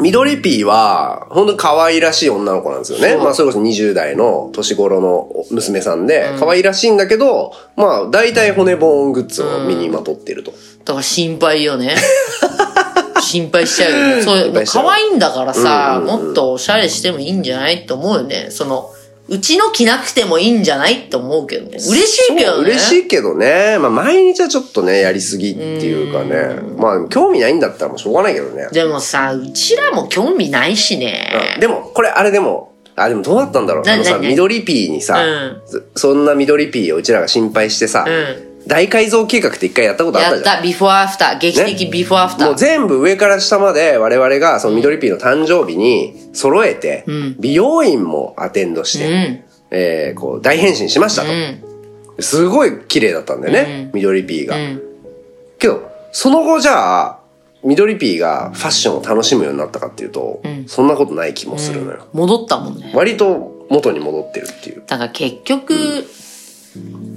Speaker 3: 緑ピーは、本当に可愛らしい女の子なんですよね。まあ、それこそ20代の年頃の娘さんで、可愛らしいんだけど、まあ、大体骨ボーングッズを身にまとってると。
Speaker 2: だから心配よ ね。心配しちゃうよね。そう
Speaker 3: 心配しちゃう
Speaker 2: 可愛いんだからさ、
Speaker 3: うんうんうん
Speaker 2: もっとおしゃれしてもいいんじゃないと思うよね。その、うちの着なくてもいいんじゃないって思うけどね。嬉しいけど
Speaker 3: そう
Speaker 2: ね。
Speaker 3: 嬉しいけどね。まあ、毎日はちょっとね、やりすぎっていうかね。まあ、興味ないんだったらもうしょうがないけどね。
Speaker 2: でもさ、うちらも興味ないし
Speaker 3: うん
Speaker 2: ね。
Speaker 3: でも、これ、あれでも、あ、でもどうだったんだろう。
Speaker 2: な
Speaker 3: あのさ、
Speaker 2: なな
Speaker 3: 緑ピーにさ、
Speaker 2: うん
Speaker 3: そそんな緑ピーをうちらが心配してさ、
Speaker 2: う
Speaker 3: 大改造計画って一回やったことあっ
Speaker 2: や
Speaker 3: た
Speaker 2: っ
Speaker 3: じゃん。
Speaker 2: た、ビフォーアフター。劇的ビフォーアフタ
Speaker 3: もう
Speaker 2: ー。
Speaker 3: 全部上から下まで我々がその緑ピーの誕生日に揃えて、美容院もアテンドして、
Speaker 2: うん
Speaker 3: えーこう大変身しましたと。
Speaker 2: うん。
Speaker 3: すごい綺麗だったんだよね、緑ピーが。
Speaker 2: うん。
Speaker 3: けど、その後じゃあ、緑ピーがファッションを楽しむようになったかっていうと、そんなことない気もするのよ。
Speaker 2: 戻ったもんね。
Speaker 3: 割と元に戻ってるっていう。
Speaker 2: だから結局、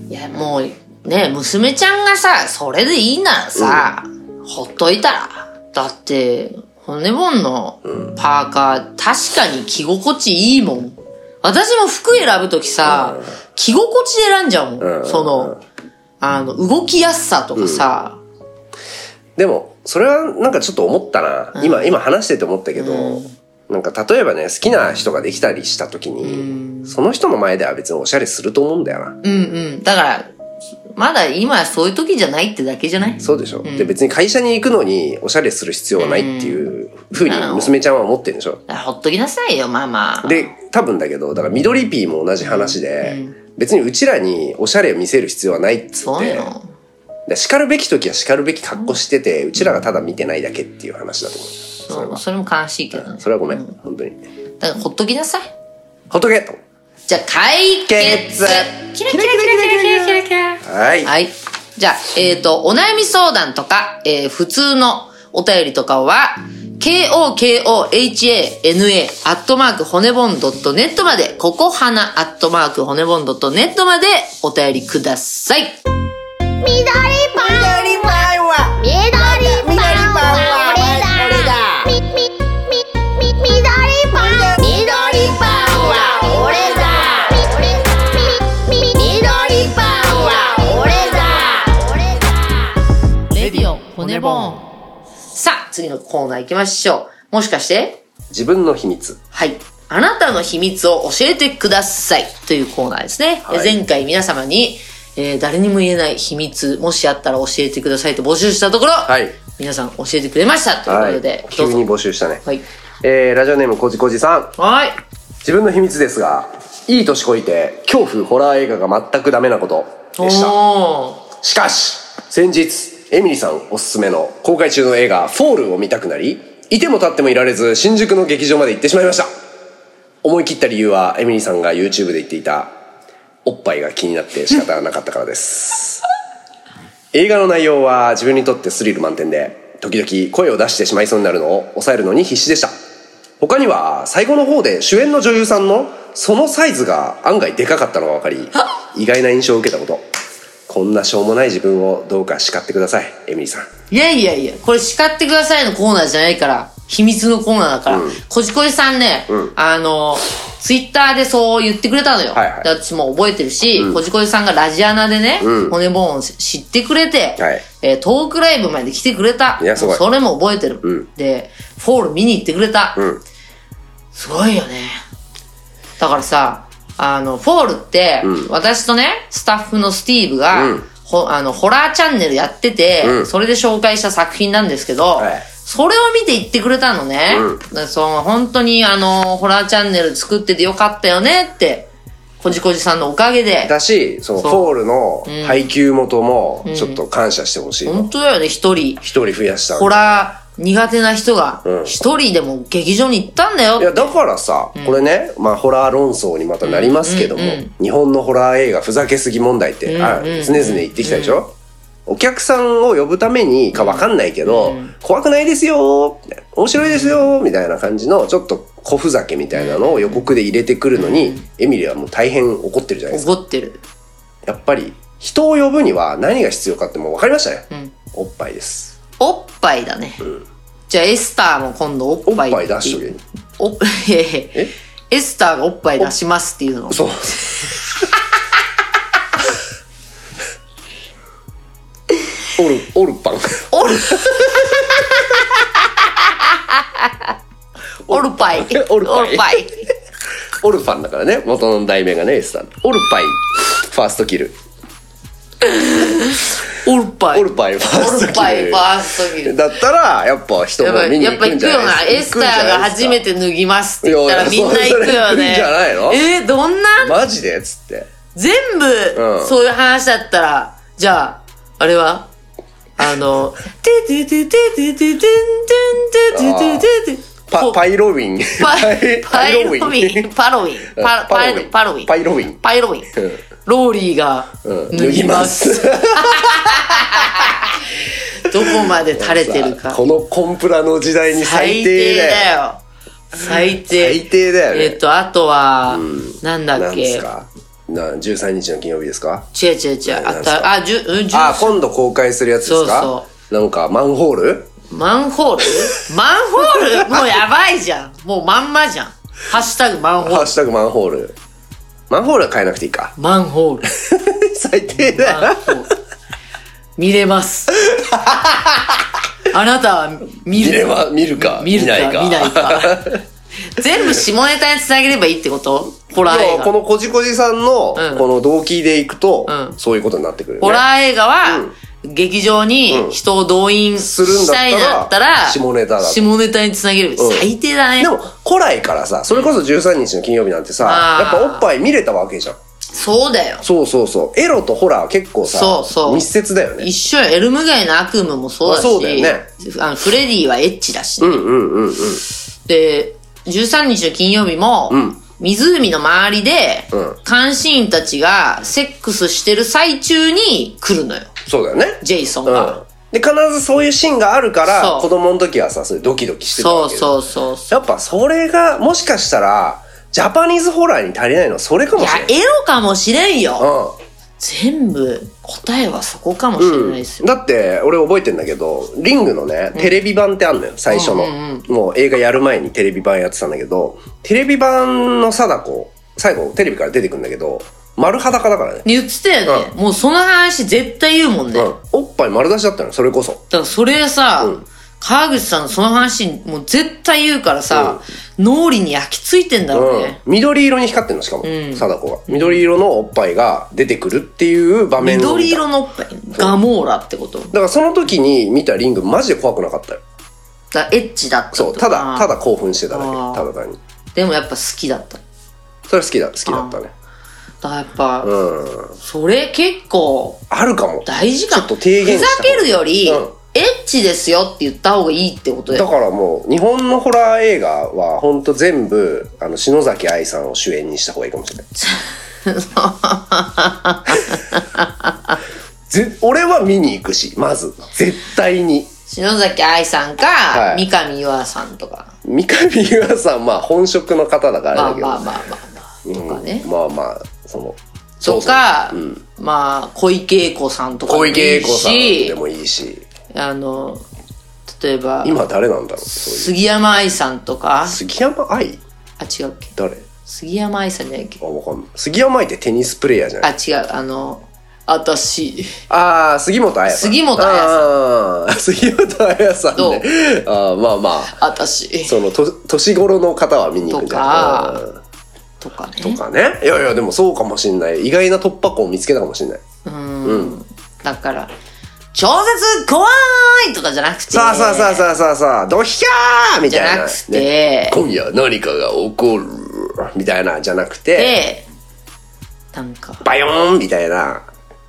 Speaker 2: いや、もう、ね、娘ちゃんがさ、それでいいならさ、ほっといたら。だって、骨もんのパーカー、確かに着心地いいもん。私も服選ぶときさ、着心地で選んじゃうもん。
Speaker 3: うん
Speaker 2: その、あの、動きやすさとかさ、
Speaker 3: でも、それはなんかちょっと思ったな。今、今話してて思ったけど、なんか例えばね、好きな人ができたりした時に、その人の前では別におしゃれすると思うんだよな。
Speaker 2: うん、うんだから、まだ今そういう時じゃないってだけじゃない
Speaker 3: そうでしょ、で、別に会社に行くのにおしゃれする必要はないっていうふうに娘ちゃんは思ってるんでしょ
Speaker 2: だからほっときなさいよ、ママ。
Speaker 3: で、多分だけど、だから緑ピーも同じ話で、別にうちらにおしゃれを見せる必要はないっつっ
Speaker 2: そう
Speaker 3: て、
Speaker 2: よ。
Speaker 3: で叱るべき時は叱るべき格好してて、うちらがただ見てないだけっていう話だと思う。それ
Speaker 2: そ
Speaker 3: は。
Speaker 2: それも悲しいけどね。
Speaker 3: それはごめん、本当に。
Speaker 2: だからほっときなさい。
Speaker 3: ほっとけと。
Speaker 2: じゃあ、解決
Speaker 3: 決
Speaker 2: キラキラキラキラキラキラキラキラ
Speaker 3: はい。
Speaker 2: はい。じゃあ、えっ、と、お悩み相談とか、えー、普通のお便りとかは、 k-o-k-o-h-a-n-a アットマーク骨ボンドットネットまで、ここはなアットマーク骨ボンドットネットまでお便りください。
Speaker 5: 緑パンは緑パンは俺だみみみみ緑パン緑パンは俺だみみみ緑パンは俺だ俺だ
Speaker 2: レディオ骨ボン。さあ、次のコーナー行きましょう。もしかして
Speaker 3: 自分の秘密。
Speaker 2: はい。あなたの秘密を教えてくださいというコーナーですね。
Speaker 3: は
Speaker 2: え
Speaker 3: い
Speaker 2: 前回皆様に、えー誰にも言えない秘密、もしあったら教えてくださいと募集したところ、
Speaker 3: はい。
Speaker 2: 皆さん教えてくれましたというこ
Speaker 3: は
Speaker 2: とで
Speaker 3: い。、
Speaker 2: どう
Speaker 3: 急に
Speaker 2: ぞ。
Speaker 3: 募集したね。
Speaker 2: はい。
Speaker 3: えー、ラジオネームこじこじさん。
Speaker 2: はい。
Speaker 3: 自分の秘密ですが、いい年こいて、恐怖、ホラー映画が全くダメなことでした。
Speaker 2: お
Speaker 3: しかし、先日、エミリさんおすすめの公開中の映画、フォールを見たくなり、いても立ってもいられず、新宿の劇場まで行ってしまいました。思い切った理由は、エミリさんが YouTube で言っていた、おっぱいが気になって仕方がなかったからです。映画の内容は自分にとってスリル満点で、時々声を出してしまいそうになるのを抑えるのに必死でした。他には、最後の方で主演の女優さんのそのサイズが案外でかかったのが分かり、意外な印象を受けたこと。こんなしょうもない自分をどうか叱ってください、エミリーさん。
Speaker 2: ーいやいやいや、これ叱ってくださいのコーナーじゃないから、秘密のコーナーだから、こじこじさんね、
Speaker 3: ん
Speaker 2: あの、ツイッターでそう言ってくれたのよ。
Speaker 3: はいはい
Speaker 2: で私も覚えてるし、こじこじさんがラジアナでね、
Speaker 3: うん
Speaker 2: 骨ボーンを知ってくれて、
Speaker 3: はい
Speaker 2: えートークライブまで来てくれた。
Speaker 3: いやすごい
Speaker 2: それも覚えてる。
Speaker 3: うん
Speaker 2: で、フォール見に行ってくれた。
Speaker 3: うん。
Speaker 2: すごいよね。だからさ、あの、フォールって、
Speaker 3: うん
Speaker 2: 私とね、スタッフのスティーブが、
Speaker 3: うん
Speaker 2: ほあのホラーチャンネルやってて、
Speaker 3: うん
Speaker 2: それで紹介した作品なんですけど、
Speaker 3: はい
Speaker 2: それを見て言ってくれたのね。
Speaker 3: うん
Speaker 2: だからその本当にあの、ホラーチャンネル作っててよかったよねって、こじこじさんのおかげで。
Speaker 3: だし、その
Speaker 2: そ
Speaker 3: フ
Speaker 2: う
Speaker 3: ォールの配給元も、ちょっと感謝してほしいの。
Speaker 2: 本当だよね、一人。
Speaker 3: 一、人増やしたわけ
Speaker 2: ホラー苦手な人が
Speaker 3: う、ん
Speaker 2: 一人でも劇場に行ったんだよ。
Speaker 3: いやだからさ、これね、まあ、ホラー論争にまたなりますけども、
Speaker 2: うんうんうん
Speaker 3: 日本のホラー映画ふざけすぎ問題って、あ
Speaker 2: うんうんうん
Speaker 3: 常々言ってきたでしょ、お客さんを呼ぶためにかわかんないけど、怖くないですよみたいな面白いですよみたいな感じのちょっと小ふざけみたいなのを予告で入れてくるのに、エミリはもう大変怒ってるじゃないですか
Speaker 2: 怒ってる。
Speaker 3: やっぱり人を呼ぶには何が必要かってもう分かりましたね、
Speaker 2: ん
Speaker 3: おっぱいです
Speaker 2: おっぱいだね。じゃあエスターも今度おっ
Speaker 3: おっ
Speaker 2: ぱ
Speaker 3: ぱ
Speaker 2: い
Speaker 3: い出しとけ
Speaker 2: おっいやいや
Speaker 3: え
Speaker 2: エスターがおっぱい出しますっていうの。
Speaker 3: そう オルオルパン
Speaker 2: おるおるぱい。
Speaker 3: おるぱい
Speaker 2: ぱい。
Speaker 3: オルパンだからね元の題名がねエスさんオルパイファーストキル
Speaker 2: おるぱい。
Speaker 3: オルパイファー
Speaker 2: お
Speaker 3: ス
Speaker 2: る
Speaker 3: ト
Speaker 2: ぱいフ
Speaker 3: キ
Speaker 2: ァーストキ
Speaker 3: ル
Speaker 2: ル。
Speaker 3: だったらやっぱ人
Speaker 2: やっ
Speaker 3: も
Speaker 2: ぱ、
Speaker 3: 見に
Speaker 2: やっ
Speaker 3: 行
Speaker 2: ぱ
Speaker 3: くん
Speaker 2: 行
Speaker 3: じ
Speaker 2: く
Speaker 3: ゃ
Speaker 2: よ
Speaker 3: な
Speaker 2: な。
Speaker 3: い
Speaker 2: エ
Speaker 3: です
Speaker 2: ス
Speaker 3: か
Speaker 2: ターが初め
Speaker 3: て
Speaker 2: て脱ぎますって言ったら
Speaker 3: いやい
Speaker 2: み
Speaker 3: や
Speaker 2: んな行くよ
Speaker 3: そう
Speaker 2: ね。
Speaker 3: じゃないの
Speaker 2: えー、どんな
Speaker 3: マジでっつって
Speaker 2: 全部、
Speaker 3: うん
Speaker 2: そういう話だったら、じゃあ、あれはあの、てててててててんてんてんてんてんてんてん
Speaker 3: パパイロウィン
Speaker 2: パ パイロウィン、パロウィン、パパイパロウィン、
Speaker 3: パイロウィン
Speaker 2: パイロウィン
Speaker 3: うん、
Speaker 2: ローリーが
Speaker 3: うん
Speaker 2: 脱ぎます。
Speaker 3: 脱ぎ ます
Speaker 2: どこまで垂れてるか。
Speaker 3: このコンプラの時代に
Speaker 2: 最
Speaker 3: 最低
Speaker 2: 低
Speaker 3: だ
Speaker 2: だ
Speaker 3: よ
Speaker 2: よ。最
Speaker 3: 最
Speaker 2: 低。
Speaker 3: 低だよね
Speaker 2: えっと、あとは、なんだ
Speaker 3: な
Speaker 2: っ
Speaker 3: んです
Speaker 2: け。
Speaker 3: かな13日の金曜日ですか
Speaker 2: 違う違う違う。あった、あ、じゅ、うん、じゅ、
Speaker 3: あ今度公開するやつですか
Speaker 2: そう
Speaker 3: なんかマンホール
Speaker 2: マンホ ールマンホールもうやばいじゃん。もうまんまじゃん。ハッシュタグマンホ
Speaker 3: ハ
Speaker 2: ー
Speaker 3: ッ
Speaker 2: ル。
Speaker 3: シュタグマンホールマンホールは変えなくていいか
Speaker 2: マンホール。
Speaker 3: 最低だよ
Speaker 2: マンホール。見れ ます。あなたは見る。
Speaker 3: 見れば見るか
Speaker 2: 見るか、
Speaker 3: ないか
Speaker 2: 見ない か。全部下ネタにつなげればいいってことホラー映
Speaker 3: でもこ
Speaker 2: 画。
Speaker 3: のこじこじさんの
Speaker 2: うん
Speaker 3: この動機でいくと
Speaker 2: うん
Speaker 3: そういうことになってくるよね
Speaker 2: ホラー映画は、劇場に人を動員したいなだったら、
Speaker 3: するんだったら下ネタだと
Speaker 2: 下ネタにつなげればいい。
Speaker 3: うん
Speaker 2: 最低だね。
Speaker 3: でも古来からさそれこそ13日の金曜日なんてさ
Speaker 2: あー
Speaker 3: やっぱおっぱい見れたわけじゃん
Speaker 2: そうだよ。
Speaker 3: そうそうそうエロとホラーは結構さ
Speaker 2: そうそう
Speaker 3: 密接だよね
Speaker 2: 一緒よエルム街の悪夢もそうだし、
Speaker 3: まあそうだよね
Speaker 2: あのフレディはエッチだし、
Speaker 3: うんうんうんうん
Speaker 2: で、13日の金曜日も、
Speaker 3: ん
Speaker 2: 湖の周りで、
Speaker 3: うん
Speaker 2: 監視員たちがセックスしてる最中に来るのよ、
Speaker 3: そうだよね
Speaker 2: ジェイソン
Speaker 3: うん
Speaker 2: が。
Speaker 3: で、必ずそういうシーンがあるか
Speaker 2: そ
Speaker 3: ら、
Speaker 2: う
Speaker 3: 子供の時はさ、そういうドキドキしてた
Speaker 2: そ
Speaker 3: わ
Speaker 2: う
Speaker 3: けよ
Speaker 2: そうそうそ
Speaker 3: やっぱそれが、もしかしたら、ジャパニーズホラーに足りないのはそれか
Speaker 2: う。い
Speaker 3: も
Speaker 2: や
Speaker 3: しれない。、
Speaker 2: エロかもしれんよ。
Speaker 3: う
Speaker 2: 全部、答えはそこかもしれ
Speaker 3: ん。
Speaker 2: な
Speaker 3: う
Speaker 2: いです
Speaker 3: ん。
Speaker 2: よ。
Speaker 3: だって、俺覚えてんだけど、リングのね、テレビ版ってあんのよ、最初の。
Speaker 2: うんうん
Speaker 3: もう映画やる前にテレビ版やってたんだけど、テレビ版の貞子、最後テレビから出てくんだけど、丸裸だからね。
Speaker 2: 言ってたよね。もうその話絶対言うもんね。
Speaker 3: うん。おっぱい丸出しだったのよ、それこそ。
Speaker 2: だからそれさ、
Speaker 3: うん
Speaker 2: 川口さんのその話もう絶対言うからさ、脳裏に焼き付いてんだろうね。
Speaker 3: うん、緑色に光ってるのしかも、
Speaker 2: ん
Speaker 3: 貞子が緑色のおっぱいが出てくるっていう場面を見た
Speaker 2: 緑色のおっぱい、ガモーラってこと。
Speaker 3: だからその時に見たリングマジで怖くなかったよ
Speaker 2: だエッチだったって
Speaker 3: そ
Speaker 2: こ
Speaker 3: う
Speaker 2: と
Speaker 3: た
Speaker 2: かな
Speaker 3: だただ興奮してただけ
Speaker 2: あー
Speaker 3: ただ単に
Speaker 2: でもやっぱ好きだった。だ
Speaker 3: それ好きだ好きだったね
Speaker 2: からやっぱ、
Speaker 3: うん
Speaker 2: それ結構
Speaker 3: あるかも
Speaker 2: 大事か
Speaker 3: ちょっと提言
Speaker 2: ふ
Speaker 3: した
Speaker 2: ざけるより、
Speaker 3: うん
Speaker 2: エッチですよって言った方がいいってことだ
Speaker 3: だ
Speaker 2: よ。
Speaker 3: からもう日本のホラー映画はほんと全部あの篠崎愛さんを主演にした方がいいかもし れないぜ俺は見に行くしまず絶対に
Speaker 2: 篠崎愛さんか、
Speaker 3: い
Speaker 2: 三上優愛さんとか。
Speaker 3: 三上優愛さんまあ本職の方だから
Speaker 2: ま
Speaker 3: あ
Speaker 2: あ
Speaker 3: れだけど、
Speaker 2: まあまあまあまあ。とかね。
Speaker 3: うんまあまあその
Speaker 2: とか、
Speaker 3: そうそううん
Speaker 2: まあ、小池栄子さんとか
Speaker 3: 小池栄子さん
Speaker 2: し
Speaker 3: でもいいし
Speaker 2: あの、例えば、
Speaker 3: 今誰なんだろうそういう
Speaker 2: 杉山愛さんとか、
Speaker 3: 杉山愛
Speaker 2: あ、違うっけ
Speaker 3: 誰
Speaker 2: 杉山愛さんじゃないっけ
Speaker 3: あわかんない杉山愛ってテニスプレイヤーじゃな
Speaker 2: あ、
Speaker 3: い
Speaker 2: 違う、あの、私、
Speaker 3: ああー杉本彩さん
Speaker 2: 杉本彩さん
Speaker 3: あー杉本彩さんねあーまあまあ
Speaker 2: 私、
Speaker 3: そのと年頃の方は見に行くんじゃない
Speaker 2: と
Speaker 3: うん
Speaker 2: とかね。
Speaker 3: とかねいやいやでもそうかもしんない意外な突破口を見つけたかもしんない
Speaker 2: うん,、
Speaker 3: うん
Speaker 2: だから、超絶怖いとかじゃなくて、
Speaker 3: さあさあさあさあさあさあドヒャーみ
Speaker 2: じ
Speaker 3: たいな
Speaker 2: ゃなくて、
Speaker 3: ね今夜何かが起こるみたいなじゃなくて
Speaker 2: で、なんか、
Speaker 3: バヨーンみたいな、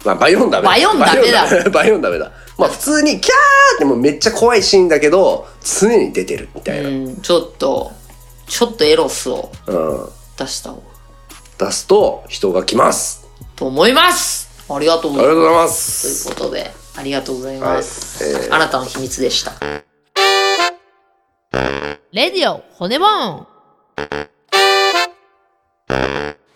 Speaker 3: まあ、バヨーンダメ
Speaker 2: バヨンダメだ
Speaker 3: バヨンダメ バヨンダメだまあ普通にキャーってもうめっちゃ怖いシーンだけど常に出てるみたいな、
Speaker 2: う
Speaker 3: うん
Speaker 2: ん、ちょっと、ちょっとエロスを出した方が
Speaker 3: 出すと人が来ます
Speaker 2: と思いますありがとう
Speaker 3: あ
Speaker 2: ご
Speaker 3: り
Speaker 2: ざ
Speaker 3: が
Speaker 2: いま。
Speaker 3: とうございますす
Speaker 2: ということで、ありがとうございます。
Speaker 3: はいえー
Speaker 2: あなたの秘密でした。
Speaker 1: レディオ骨ボーン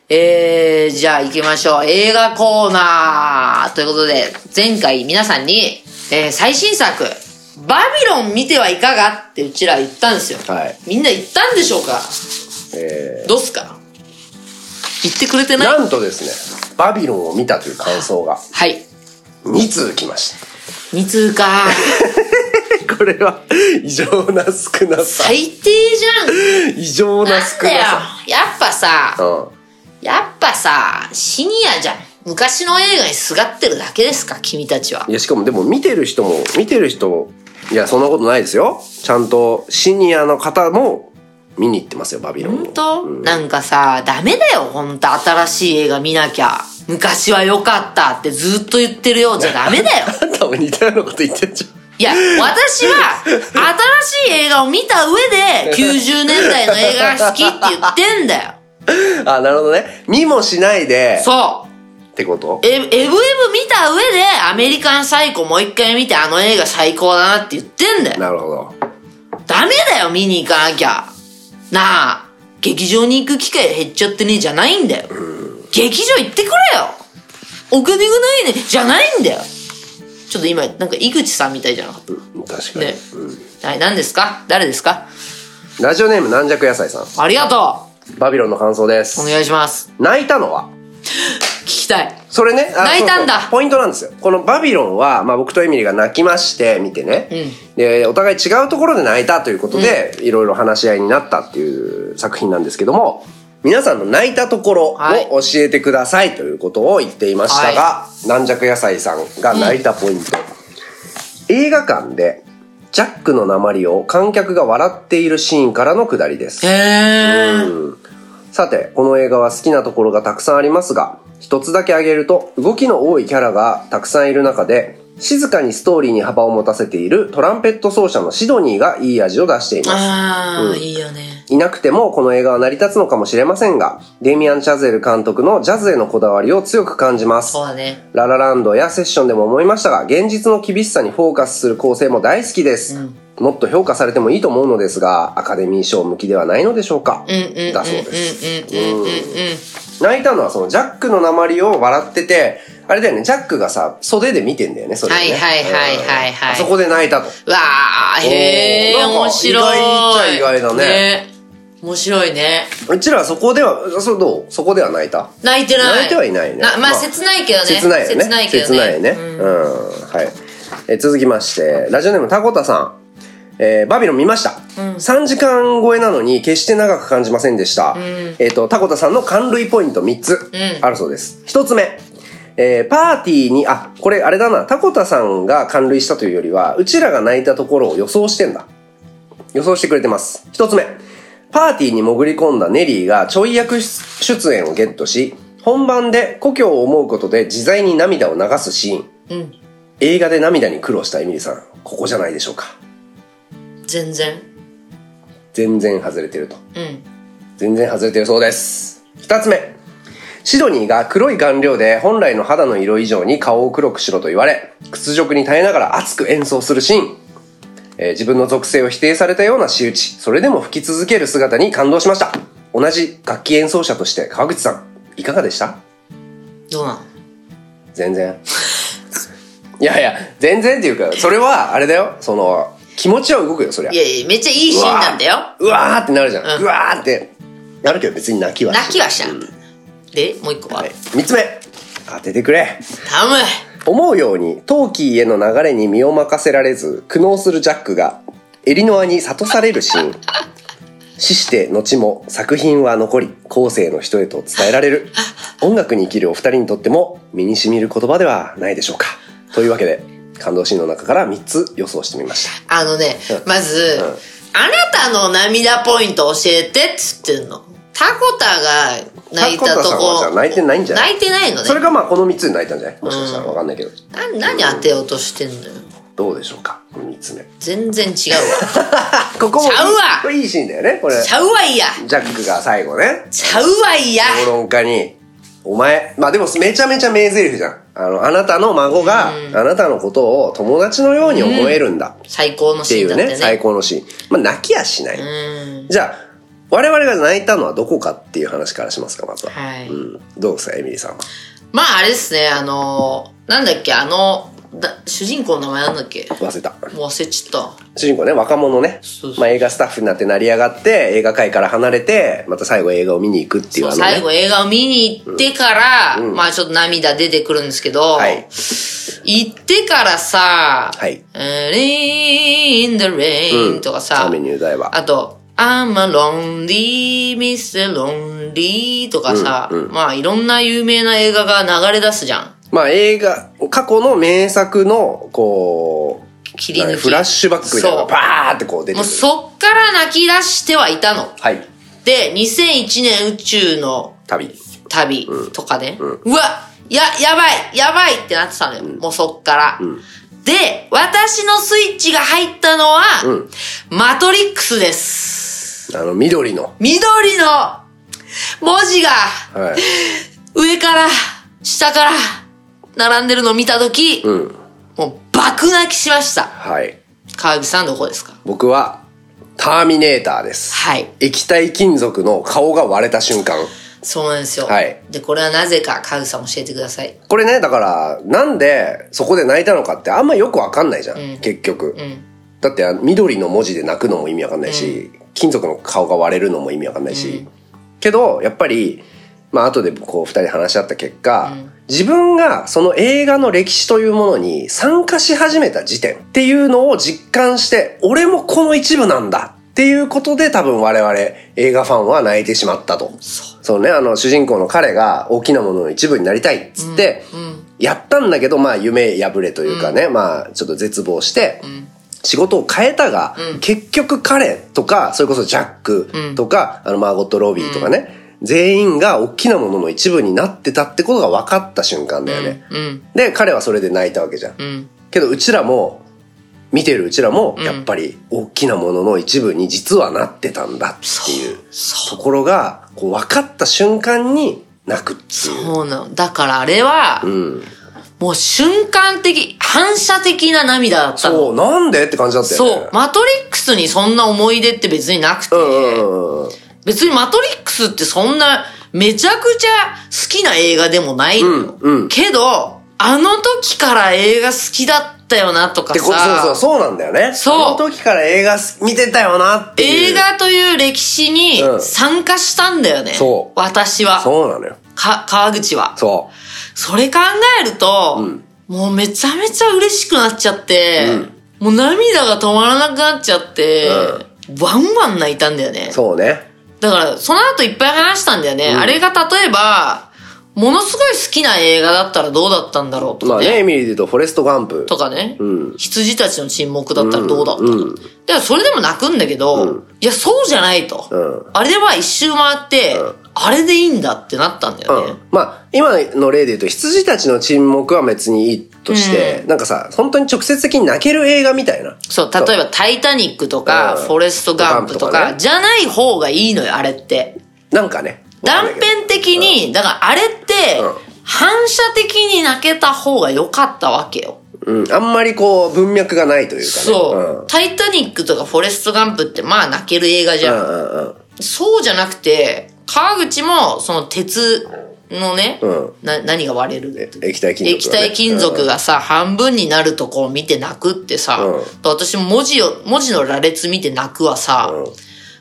Speaker 2: えー、じゃあ行きましょう。映画コーナーということで、前回皆さんに、えー最新作、バビロン見てはいかがってうちら言ったんですよ。
Speaker 3: はい
Speaker 2: みんな言ったんでしょうか
Speaker 3: え
Speaker 2: どうっすか言ってくれて
Speaker 3: ー
Speaker 2: ない
Speaker 3: なんとですねバビロンを見たという感想が
Speaker 2: はい。
Speaker 3: 2通来まし
Speaker 2: 二通 か。
Speaker 3: た これは異常な少なさ
Speaker 2: 最低じゃん。
Speaker 3: 異常な
Speaker 2: なん
Speaker 3: 少
Speaker 2: だよ
Speaker 3: なさ。
Speaker 2: やっぱさ、
Speaker 3: うん
Speaker 2: やっぱさ、シニアじゃん。昔の映画にすがってるだけですか君たちは。
Speaker 3: いや、しかもでも見てる人も、見てる人、いや、そんなことないですよ。ちゃんとシニアの方も見に行ってますよ、バビロンを。
Speaker 2: 本当、なんかさ、ダメだよ、本当新しい映画見なきゃ。昔は良かったってずっと言ってるようじゃダメだよ。
Speaker 3: あんたも似たようなこと言ってんじ
Speaker 2: いや、私は、新しい映画を見た上で、90年代の映画が好きって言ってんだよ。
Speaker 3: ゃん。あ、なるほどね。見もしないで、
Speaker 2: そう。
Speaker 3: ってこと
Speaker 2: え、エブエブ見た上で、アメリカンサイコもう一回見て、あの映画最高だなって言ってんだよ。
Speaker 3: なるほど。
Speaker 2: ダメだよ、見に行かなきゃ。なあ、劇場に行く機会減っちゃってね、じゃないんだよ。劇場行ってくれよお金がないね、じゃないんだよちょっと今、なんか井口さんみたいじゃなかっ
Speaker 3: 確
Speaker 2: た。
Speaker 3: かに。
Speaker 2: ね。はい、何ですか誰ですか
Speaker 3: ラジオネーム軟弱野菜さん。
Speaker 2: ありがと
Speaker 3: バビロンの感想で
Speaker 2: うお
Speaker 3: す。
Speaker 2: 願いします。
Speaker 3: 泣いたのは
Speaker 2: 聞きたい。
Speaker 3: それね。あ
Speaker 2: 泣いたんだ
Speaker 3: そうそうポイントなんですよ。このバビロンは、まあ僕とエミリが泣きまして、見てね。で、お互い違うところで泣いたということで、いろいろ話し合いになったっていう作品なんですけども、皆さんの泣いたところを
Speaker 2: はい
Speaker 3: 教えてくださいということを言っていましたが、軟弱野菜さんが泣いたポイント。映画館で、ジャックの鉛を観客が笑っているシーンからの下りです
Speaker 2: へ。え。
Speaker 3: さて、この映画は好きなところがたくさんありますが、一つだけ挙げると、動きの多いキャラがたくさんいる中で、静かにストーリーに幅を持たせているトランペット奏者のシドニーがいい味を出しています。
Speaker 2: あー、
Speaker 3: うん
Speaker 2: いいよね。
Speaker 3: いなくてもこの映画は成り立つのかもしれませんが、デミアン・チャゼル監督のジャズへのこだわりを強く感じます
Speaker 2: そ。うだね。
Speaker 3: ララランドやセッションでも思いましたが、現実の厳しさにフォーカスする構成も大好きです。もっと評価されてもいいと思うのですが、アカデミー賞向きではないのでしょうか、
Speaker 2: うんうんうんうんうんうん
Speaker 3: だそうです。
Speaker 2: うんうんうん。
Speaker 3: 泣いたのはそのジャックの鉛を笑ってて、あれだよね、ジャックがさ、袖で見てんだよね、それをね。
Speaker 2: はいはいはいはいはい
Speaker 3: うんあそこで泣いたと。
Speaker 2: わあ、へえ、
Speaker 3: おーなんか
Speaker 2: 面白い。
Speaker 3: 意外っちゃ意外だね
Speaker 2: 面白いね。
Speaker 3: うちらはそこでは、そうどうそこでは泣いた
Speaker 2: 泣いてない。
Speaker 3: 泣いてはいないね
Speaker 2: なまあ、
Speaker 3: まあ
Speaker 2: 切ないけどね。
Speaker 3: 切ないよね。
Speaker 2: 切ないけどね。
Speaker 3: 切ないね。
Speaker 2: う
Speaker 3: うんん、はい。えー続きまして、ラジオネームタコタさん。えーバビロン見ました、3時間超えなのに決して長く感じませんでした。えっ、と、タコタさんの感類ポイント3つ
Speaker 2: うん
Speaker 3: あるそうです。1つ目。えーパーティーに、あ、これあれだな、タコタさんが感類したというよりは、うちらが泣いたところを予想してんだ。予想してくれてます。一つ目。パーティーに潜り込んだネリーがちょい役出演をゲットし、本番で故郷を思うことで自在に涙を流すシーン。
Speaker 2: うん
Speaker 3: 映画で涙に苦労したエミリさん、ここじゃないでしょうか。
Speaker 2: 全然。
Speaker 3: 全然外れてると。
Speaker 2: うん。
Speaker 3: 全然外れてるそうです。二つ目。シドニーが黒い顔料で本来の肌の色以上に顔を黒くしろと言われ、屈辱に耐えながら熱く演奏するシーン。えー自分の属性を否定されたような仕打ち、それでも吹き続ける姿に感動しました。同じ楽器演奏者として川口さん、いかがでした
Speaker 2: どうなの
Speaker 3: 全然。いやいや、全然っていうか、それはあれだよ、その、気持ちは動くよ、そりゃ
Speaker 2: い。やいや、めっちゃいいシーンなんだよ。
Speaker 3: うわーってなるじゃ
Speaker 2: う
Speaker 3: ん。
Speaker 2: ん
Speaker 3: うわーってなるけど別に泣きはしない
Speaker 2: 泣きはしなかった。で、もう一個は。
Speaker 3: はい三つ目当ててくれ
Speaker 2: 頼む
Speaker 3: 思うようにトーキーへの流れに身を任せられず苦悩するジャックがエリノアに諭されるシ ーン死して後も作品は残り後世の人へと伝えられる音楽に生きるお二人にとっても身に染みる言葉ではないでしょうかというわけで感動シーンの中から3つ予想してみました
Speaker 2: あのね
Speaker 3: う、ん
Speaker 2: まず、
Speaker 3: うん
Speaker 2: あなたの涙ポイント教えてっつってんの。タコタが泣いたと
Speaker 3: タコタさんはじゃ
Speaker 2: こ
Speaker 3: あ。泣いてないんじゃない
Speaker 2: 泣いてないのね
Speaker 3: そ。れがまあこの3つに泣いたんじゃないもしかしたらわかんないけど
Speaker 2: な何当てようとしてんのよ。
Speaker 3: どうでしょうかこの3つ目
Speaker 2: 全 然違うわ。
Speaker 3: ここもいい
Speaker 2: ちゃうわ
Speaker 3: これいいシーンだよねこれ
Speaker 2: ちゃうわいや
Speaker 3: ジャックが最後ね、
Speaker 2: ちゃうわいや
Speaker 3: 評論家に、お前、まあでもめちゃめちゃ名台詞じゃん。あの、あなたの孫が、あなたのことを友達のように思えるんだ。っ
Speaker 2: 最高の
Speaker 3: て
Speaker 2: シ
Speaker 3: い
Speaker 2: ーンだ
Speaker 3: う
Speaker 2: った
Speaker 3: ね、
Speaker 2: よ
Speaker 3: 最
Speaker 2: ね。
Speaker 3: 高のシーン。まあ泣きやしない。
Speaker 2: うん。
Speaker 3: じゃあ、我々が泣いたのはどこかっていう話からしますか、まずは。
Speaker 2: はい
Speaker 3: うん。どうですか、エミリーさんは。
Speaker 2: まああれですね、あのー、なんだっけ、あの、だ主人公の名前なんだっけ
Speaker 3: 忘れた。
Speaker 2: もう忘れちゃった。
Speaker 3: 主人公ね、若者ね
Speaker 2: そう。そう
Speaker 3: まあ映画スタッフになって成り上がって、映画界から離れて、また最後映画を見に行くってい
Speaker 2: そう
Speaker 3: うあの
Speaker 2: 最後
Speaker 3: ね。
Speaker 2: 映画を見に行ってから、まあちょっと涙出てくるんですけど、
Speaker 3: はい
Speaker 2: 行ってからさ、
Speaker 3: はい
Speaker 2: えー Rain in the
Speaker 3: う
Speaker 2: rain
Speaker 3: ん
Speaker 2: とかさ、
Speaker 3: 雨に歌えば。
Speaker 2: あと、I'm a lonely, Mr. Lonely とかさ、まあいろんな有名な映画が流れ出すじゃん。
Speaker 3: まあ映画、過去の名作の、こう、
Speaker 2: 切り抜き。
Speaker 3: フラッシュバックみたいなのがバーってこう出て
Speaker 2: もう
Speaker 3: くる。
Speaker 2: そっから泣き出してはいたの。
Speaker 3: はい。
Speaker 2: で、2001年宇宙の
Speaker 3: 旅。
Speaker 2: 旅とかね、うわや、やばいやばいってなってたのよ。もうそっから、で、私のスイッチが入ったのは、マトリックスです。
Speaker 3: あの、緑の。
Speaker 2: 緑の文字が
Speaker 3: はい。
Speaker 2: 上から下から並んでるのを見たとき、
Speaker 3: うん。
Speaker 2: もう爆泣きしました。
Speaker 3: はい。
Speaker 2: 川口さんどこですか
Speaker 3: 僕は、ターミネーターです。
Speaker 2: はい。
Speaker 3: 液体金属の顔が割れた瞬間。
Speaker 2: そうなんですよ。
Speaker 3: はい
Speaker 2: で、これはなぜか川口さん教えてください。
Speaker 3: これね、だから、なんでそこで泣いたのかってあんまよくわかんないじゃん。結局。だって、あ緑の文字で泣くのも意味わかんないし、金属の顔が割れるのも意味わかんないし。けど、やっぱり、まあ後でこう二人話し合った結果、自分がその映画の歴史というものに参加し始めた時点っていうのを実感して、俺もこの一部なんだっていうことで多分我々映画ファンは泣いてしまったと。そうね、あの主人公の彼が大きなものの一部になりたいっつって、やったんだけど、まあ夢破れというかね、まあちょっと絶望して、仕事を変えたが、結局彼とか、それこそジャックとか、あのマーゴット・ロビーとかね、全員が大きなものの一部になってたってことが分かった瞬間だよね。
Speaker 2: うん。
Speaker 3: で、彼はそれで泣いたわけじゃん。
Speaker 2: うん。
Speaker 3: けどうちらも見てるうちらもやっぱり大きなものの一部に実はなってたんだっていうところがこう分かった瞬間に泣くっていう。
Speaker 2: そうなの。だからあれは、
Speaker 3: うん、
Speaker 2: もう瞬間的、反射的な涙だったの。
Speaker 3: そうなんでって感じだったよね。
Speaker 2: そう。マトリックスにそんな思い出って別になくて、
Speaker 3: うんうんうんうん
Speaker 2: 別にマトリックスってそんなめちゃくちゃ好きな映画でもないのよ、
Speaker 3: うんうん
Speaker 2: けど、あの時から映画好きだったよなとか
Speaker 3: でこそうそう
Speaker 2: さ、
Speaker 3: そうなんだよね。
Speaker 2: そう
Speaker 3: あの時から映画す見てたよなっていう。
Speaker 2: 映画という歴史に
Speaker 3: うん
Speaker 2: 参加したんだよね。
Speaker 3: そう
Speaker 2: 私は。
Speaker 3: そうなのよ。
Speaker 2: か、川口は。
Speaker 3: そ
Speaker 2: それ考えると、
Speaker 3: うん
Speaker 2: もうめちゃめちゃ嬉しくなっちゃって、
Speaker 3: うん
Speaker 2: もう涙が止まらなくなっちゃって、ワンワン泣いたんだよね
Speaker 3: う。。そうね。
Speaker 2: だから、その後いっぱい話したんだよね。
Speaker 3: うん
Speaker 2: あれが例えば、ものすごい好きな映画だったらどうだったんだろうと
Speaker 3: ま
Speaker 2: か
Speaker 3: あ
Speaker 2: ね。
Speaker 3: ね、エミリーで言うと、フォレスト・ガンプ。
Speaker 2: とかね、
Speaker 3: うん
Speaker 2: 羊たちの沈黙だったらどうだったか。
Speaker 3: うん
Speaker 2: だからそれでも泣くんだけど、いや、そうじゃないと。
Speaker 3: うん
Speaker 2: あれでは一周回って、あれでいいんだってなったんだよね。
Speaker 3: まあ、今の例で言うと、羊たちの沈黙は別にいいとして、なんかさ、本当に直接的に泣ける映画みたいな。
Speaker 2: そう、例えばタイタニックとか、
Speaker 3: うん
Speaker 2: フォレストガンプと
Speaker 3: ガンプとか
Speaker 2: か、
Speaker 3: ね
Speaker 2: じゃない方がいいのよ、あれって。
Speaker 3: なんかね。
Speaker 2: 断片的に、だからあれって、
Speaker 3: うん
Speaker 2: 反射的に泣けた方が良かったわけよ。
Speaker 3: うん。あんまりこう、文脈がないというかね。
Speaker 2: そう、タイタニックとかフォレストガンプってまあ泣ける映画じ
Speaker 3: うん。う
Speaker 2: ゃん。
Speaker 3: んうんうん。
Speaker 2: そうじゃなくて、川口もその鉄のね、
Speaker 3: うん
Speaker 2: な何が割れる
Speaker 3: え液体金属、ね。
Speaker 2: 液体金属がさ、半分になるとこを見て泣くってさ、
Speaker 3: うん
Speaker 2: と私も文字を、文字の羅列見て泣くはさ、
Speaker 3: うん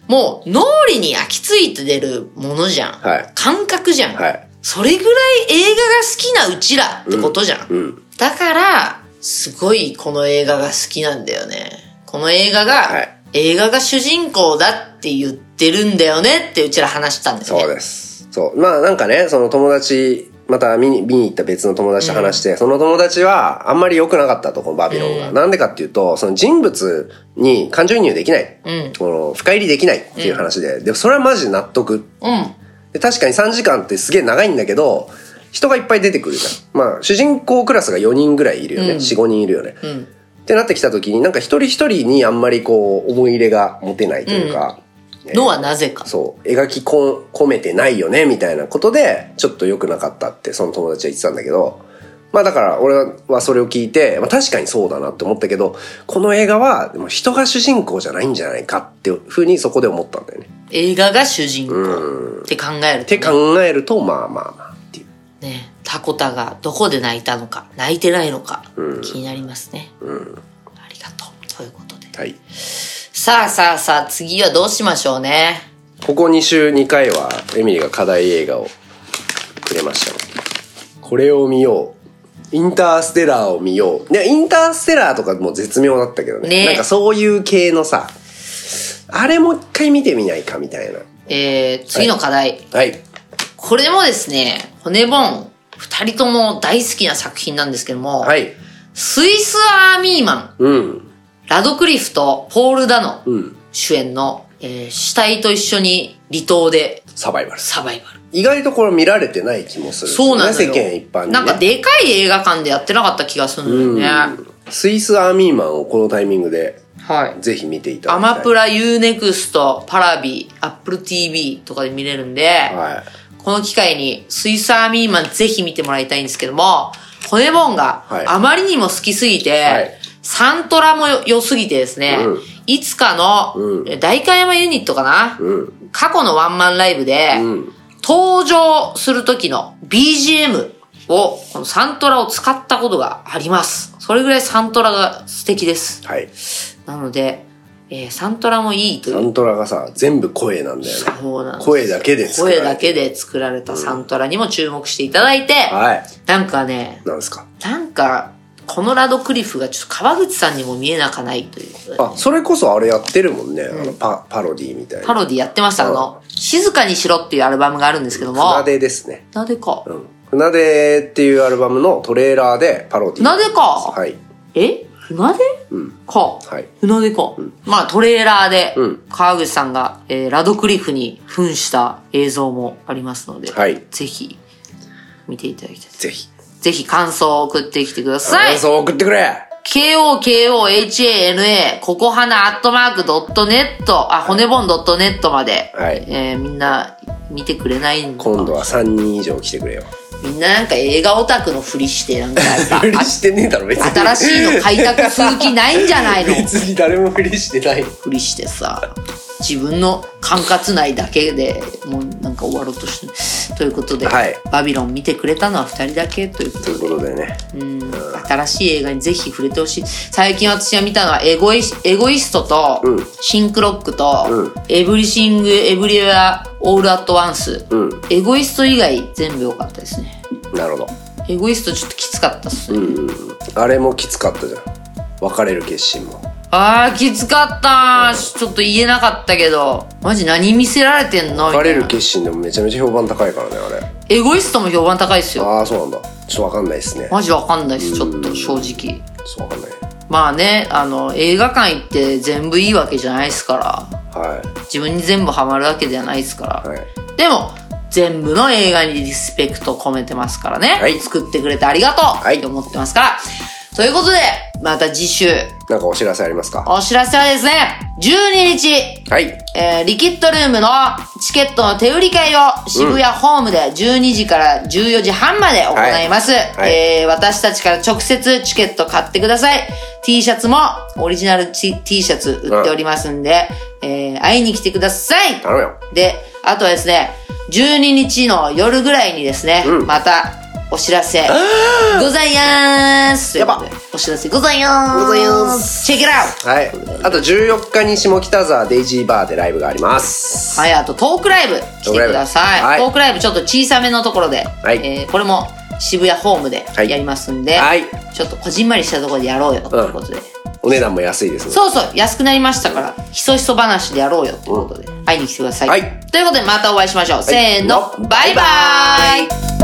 Speaker 2: もう脳裏に焼き付いて出るものじゃん。
Speaker 3: はい
Speaker 2: 感覚じゃん、
Speaker 3: はい
Speaker 2: それぐらい映画が好きなうちらってことじゃん。
Speaker 3: うんうん
Speaker 2: だから、すごいこの映画が好きなんだよね。この映画が、
Speaker 3: はい
Speaker 2: 映画が主人公だって言ってるんだよねってうちら話したんだよね。
Speaker 3: そうです。そう。まあなんかね、その友達、また見に見に行った別の友達と話して、その友達はあんまり良くなかったと、このバビロンが。な、んでかっていうと、その人物に感情移入できない。
Speaker 2: うん
Speaker 3: この深入りできないっていう話で。で、それはマジ納得。
Speaker 2: うん。
Speaker 3: で確かに3時間ってすげえ長いんだけど、人がいっぱい出てくるじゃん。まあ主人公クラスが4人ぐらいいるよね。
Speaker 2: うん
Speaker 3: 4、5人いるよね。
Speaker 2: ん
Speaker 3: ってなってきた時に、なんか一人一人にあんまりこう思い入れが持てないというか、ね
Speaker 2: のはなぜか。
Speaker 3: そう、描きこ込めてないよね、みたいなことで、ちょっと良くなかったって、その友達は言ってたんだけど、まあだから、俺はそれを聞いて、まあ確かにそうだなって思ったけど、この映画は、でも人が主人公じゃないんじゃないかっていうふうにそこで思ったんだよね。
Speaker 2: 映画が主人
Speaker 3: う
Speaker 2: 公って考えると、
Speaker 3: って
Speaker 2: ね。
Speaker 3: 考えると、まあまあまあっていう。
Speaker 2: ね、タコタがどこで泣いたのか、泣いてないのか、
Speaker 3: うん
Speaker 2: 気になりますね。
Speaker 3: うん。
Speaker 2: ありがとう。ということで。
Speaker 3: はい。
Speaker 2: さあさあさあ、次はどうしましょうね。
Speaker 3: ここ2週2回は、エミリが課題映画をくれましたのでこれを見よう。インターステラーを見よう。で、インターステラーとかも絶妙だったけどね。
Speaker 2: ね
Speaker 3: なんかそういう系のさ、あれもう一回見てみないかみたいな。
Speaker 2: えー、次の課題。
Speaker 3: はい。
Speaker 2: これもですね、骨盆、二人とも大好きな作品なんですけども、
Speaker 3: はい。
Speaker 2: スイスアーミーマン、
Speaker 3: うん。
Speaker 2: ラドクリフとポール・ダノ
Speaker 3: うん。
Speaker 2: 主演の、えー死体と一緒に離島で
Speaker 3: サバイバル。
Speaker 2: サバイバル。
Speaker 3: 意外とこれ見られてない気もする、
Speaker 2: そうなんだ
Speaker 3: 世
Speaker 2: よ。
Speaker 3: 間一般に、ね。
Speaker 2: なんかでかい映画館でやってなかった気がするんだよね。
Speaker 3: スイスアーミーマンをこのタイミングで、
Speaker 2: はい。
Speaker 3: ぜひ見ていただ
Speaker 2: ア
Speaker 3: きたい。
Speaker 2: マプラ、ユーネクスト、パラビ、アップル TV とかで見れるんで、
Speaker 3: はい。
Speaker 2: この機会にスイスアーミーマンぜひ見てもらいたいんですけども、骨ボンが
Speaker 3: はい
Speaker 2: あまりにも好きすぎて、
Speaker 3: はい
Speaker 2: サントラもよ良すぎてですね、
Speaker 3: うん
Speaker 2: いつかの、
Speaker 3: うん
Speaker 2: え代官山ユニットかな、
Speaker 3: うん。
Speaker 2: 過去のワンマンライブで、
Speaker 3: うん。
Speaker 2: 登場する時の BGM を、このサントラを使ったことがあります。それぐらいサントラが素敵です。
Speaker 3: はい。
Speaker 2: なので、えーサントラもいいという
Speaker 3: サントラがさ、全部声なんだよね。
Speaker 2: そうなんです
Speaker 3: 声だけで作られ
Speaker 2: 声
Speaker 3: て
Speaker 2: だけで作られたサントラにも注目していただいて、
Speaker 3: はい。
Speaker 2: なんかね、
Speaker 3: なんですか。
Speaker 2: なんか、このラドクリフがちょっと川口さんにも見えなかないということで
Speaker 3: あ、それこそあれやってるもんね。あのパパロディみたいな。
Speaker 2: パロディやってました、あの、静かにしろっていうアルバムがあるんですけども、
Speaker 3: 船出ですね。
Speaker 2: なぜか
Speaker 3: う、ん。船出っていうアルバムのトレーラーでパロディ。
Speaker 2: なぜか
Speaker 3: はい。
Speaker 2: え船出
Speaker 3: うん。
Speaker 2: か。
Speaker 3: はい。
Speaker 2: 船出か。まあトレーラーで
Speaker 3: うん、
Speaker 2: 川口さんが、えーラドクリフに扮した映像もありますので、
Speaker 3: はい
Speaker 2: ぜひ、見ていただきたいです。
Speaker 3: ぜひ。
Speaker 2: ぜひ感想を送ってきてください
Speaker 3: 感。想を送ってくれ
Speaker 2: 今 KOKOHANA、ここはなアットマークドットネット、あ、骨ぼんドットネットまで、
Speaker 3: はい
Speaker 2: えーみんな見てくれないんだ
Speaker 3: 今度は3人以上来てくれよ。
Speaker 2: みんななんか映画オタクのふりして、なんかや っぱ、
Speaker 3: 無理してねえだろ、別に。
Speaker 2: 新しいの開拓する気ないんじゃないの
Speaker 3: 別に誰も無理してない。
Speaker 2: ふりしてさ、自分の管轄内だけでもうなんか終わろうとしてということで、
Speaker 3: はい
Speaker 2: バビロン見てくれたのは2人だけということで
Speaker 3: ということでね。
Speaker 2: うん新しい映画にぜひ触れてほしい最近私が見たのはエゴイス「エゴイスト」と
Speaker 3: うん
Speaker 2: 「シンクロック」と
Speaker 3: うん
Speaker 2: 「エブリシング・エブリウェア・オール・アット・ワンス」
Speaker 3: うん。
Speaker 2: エゴイスト以外全部良かったですね
Speaker 3: なるほど。
Speaker 2: エゴイストちょっときつかったっすね、
Speaker 3: あれもきつかったじゃん。別れる決心も。
Speaker 2: あーきつかったちょっと言えなかったけどマジ何見せられてんのみた
Speaker 3: 別
Speaker 2: い
Speaker 3: れ
Speaker 2: な
Speaker 3: る決心でもめちゃめちゃ評判高いからね、あれ。
Speaker 2: エゴイストも評判高いっすよ
Speaker 3: ああ、そうなんだ。ちょっとわかんないですね。
Speaker 2: マジわかんないっすちょっと正直
Speaker 3: そうわかんない。
Speaker 2: まあねあの映画館行って全部いいわけじゃないですから
Speaker 3: は
Speaker 2: 自分に全部ハマるわけじゃないですから、
Speaker 3: い。はい。
Speaker 2: でも全部の映画にリスペクトを込めてますからね、
Speaker 3: はい
Speaker 2: 作ってくれてありがとう、
Speaker 3: はい
Speaker 2: って思ってますからということでまた次週
Speaker 3: なんかお知らせありますか
Speaker 2: お知らせはですね12日
Speaker 3: はい。
Speaker 2: えーリキッドルームのチケットの手売り会を渋谷ホームで12時から14時半まで行います。
Speaker 3: い
Speaker 2: えー私たちから直接チケット買ってください。T シャツもオリジナル T, T シャツ売っておりますんで、えー会いに来てください。
Speaker 3: 頼むよ。
Speaker 2: で、あとはですね、12日の夜ぐらいにですね、
Speaker 3: うん
Speaker 2: またお知らせございやーす。
Speaker 3: やば
Speaker 2: ということでお知らせございやーす。
Speaker 3: ございやーす。
Speaker 2: チェックラウト
Speaker 3: はい。あと14日に下北沢デイジーバーでライブがあります。
Speaker 2: はい、あとトークライブ来てください。ト
Speaker 3: トークライブはい
Speaker 2: ークライブちょっと小さめのところで、
Speaker 3: はい
Speaker 2: えーこれも渋谷ホームで
Speaker 3: は
Speaker 2: や
Speaker 3: い
Speaker 2: りますんで、
Speaker 3: はい
Speaker 2: ちょっとこじんまりしたところでやろうよということで。
Speaker 3: お値段も安いですね。
Speaker 2: そうそう、安くなりましたから、ひそひそ話でやろうよということで、会いに来てください。
Speaker 3: はい
Speaker 2: ということで、またお会いしましょう。せーの、
Speaker 3: はい
Speaker 2: バイバーイ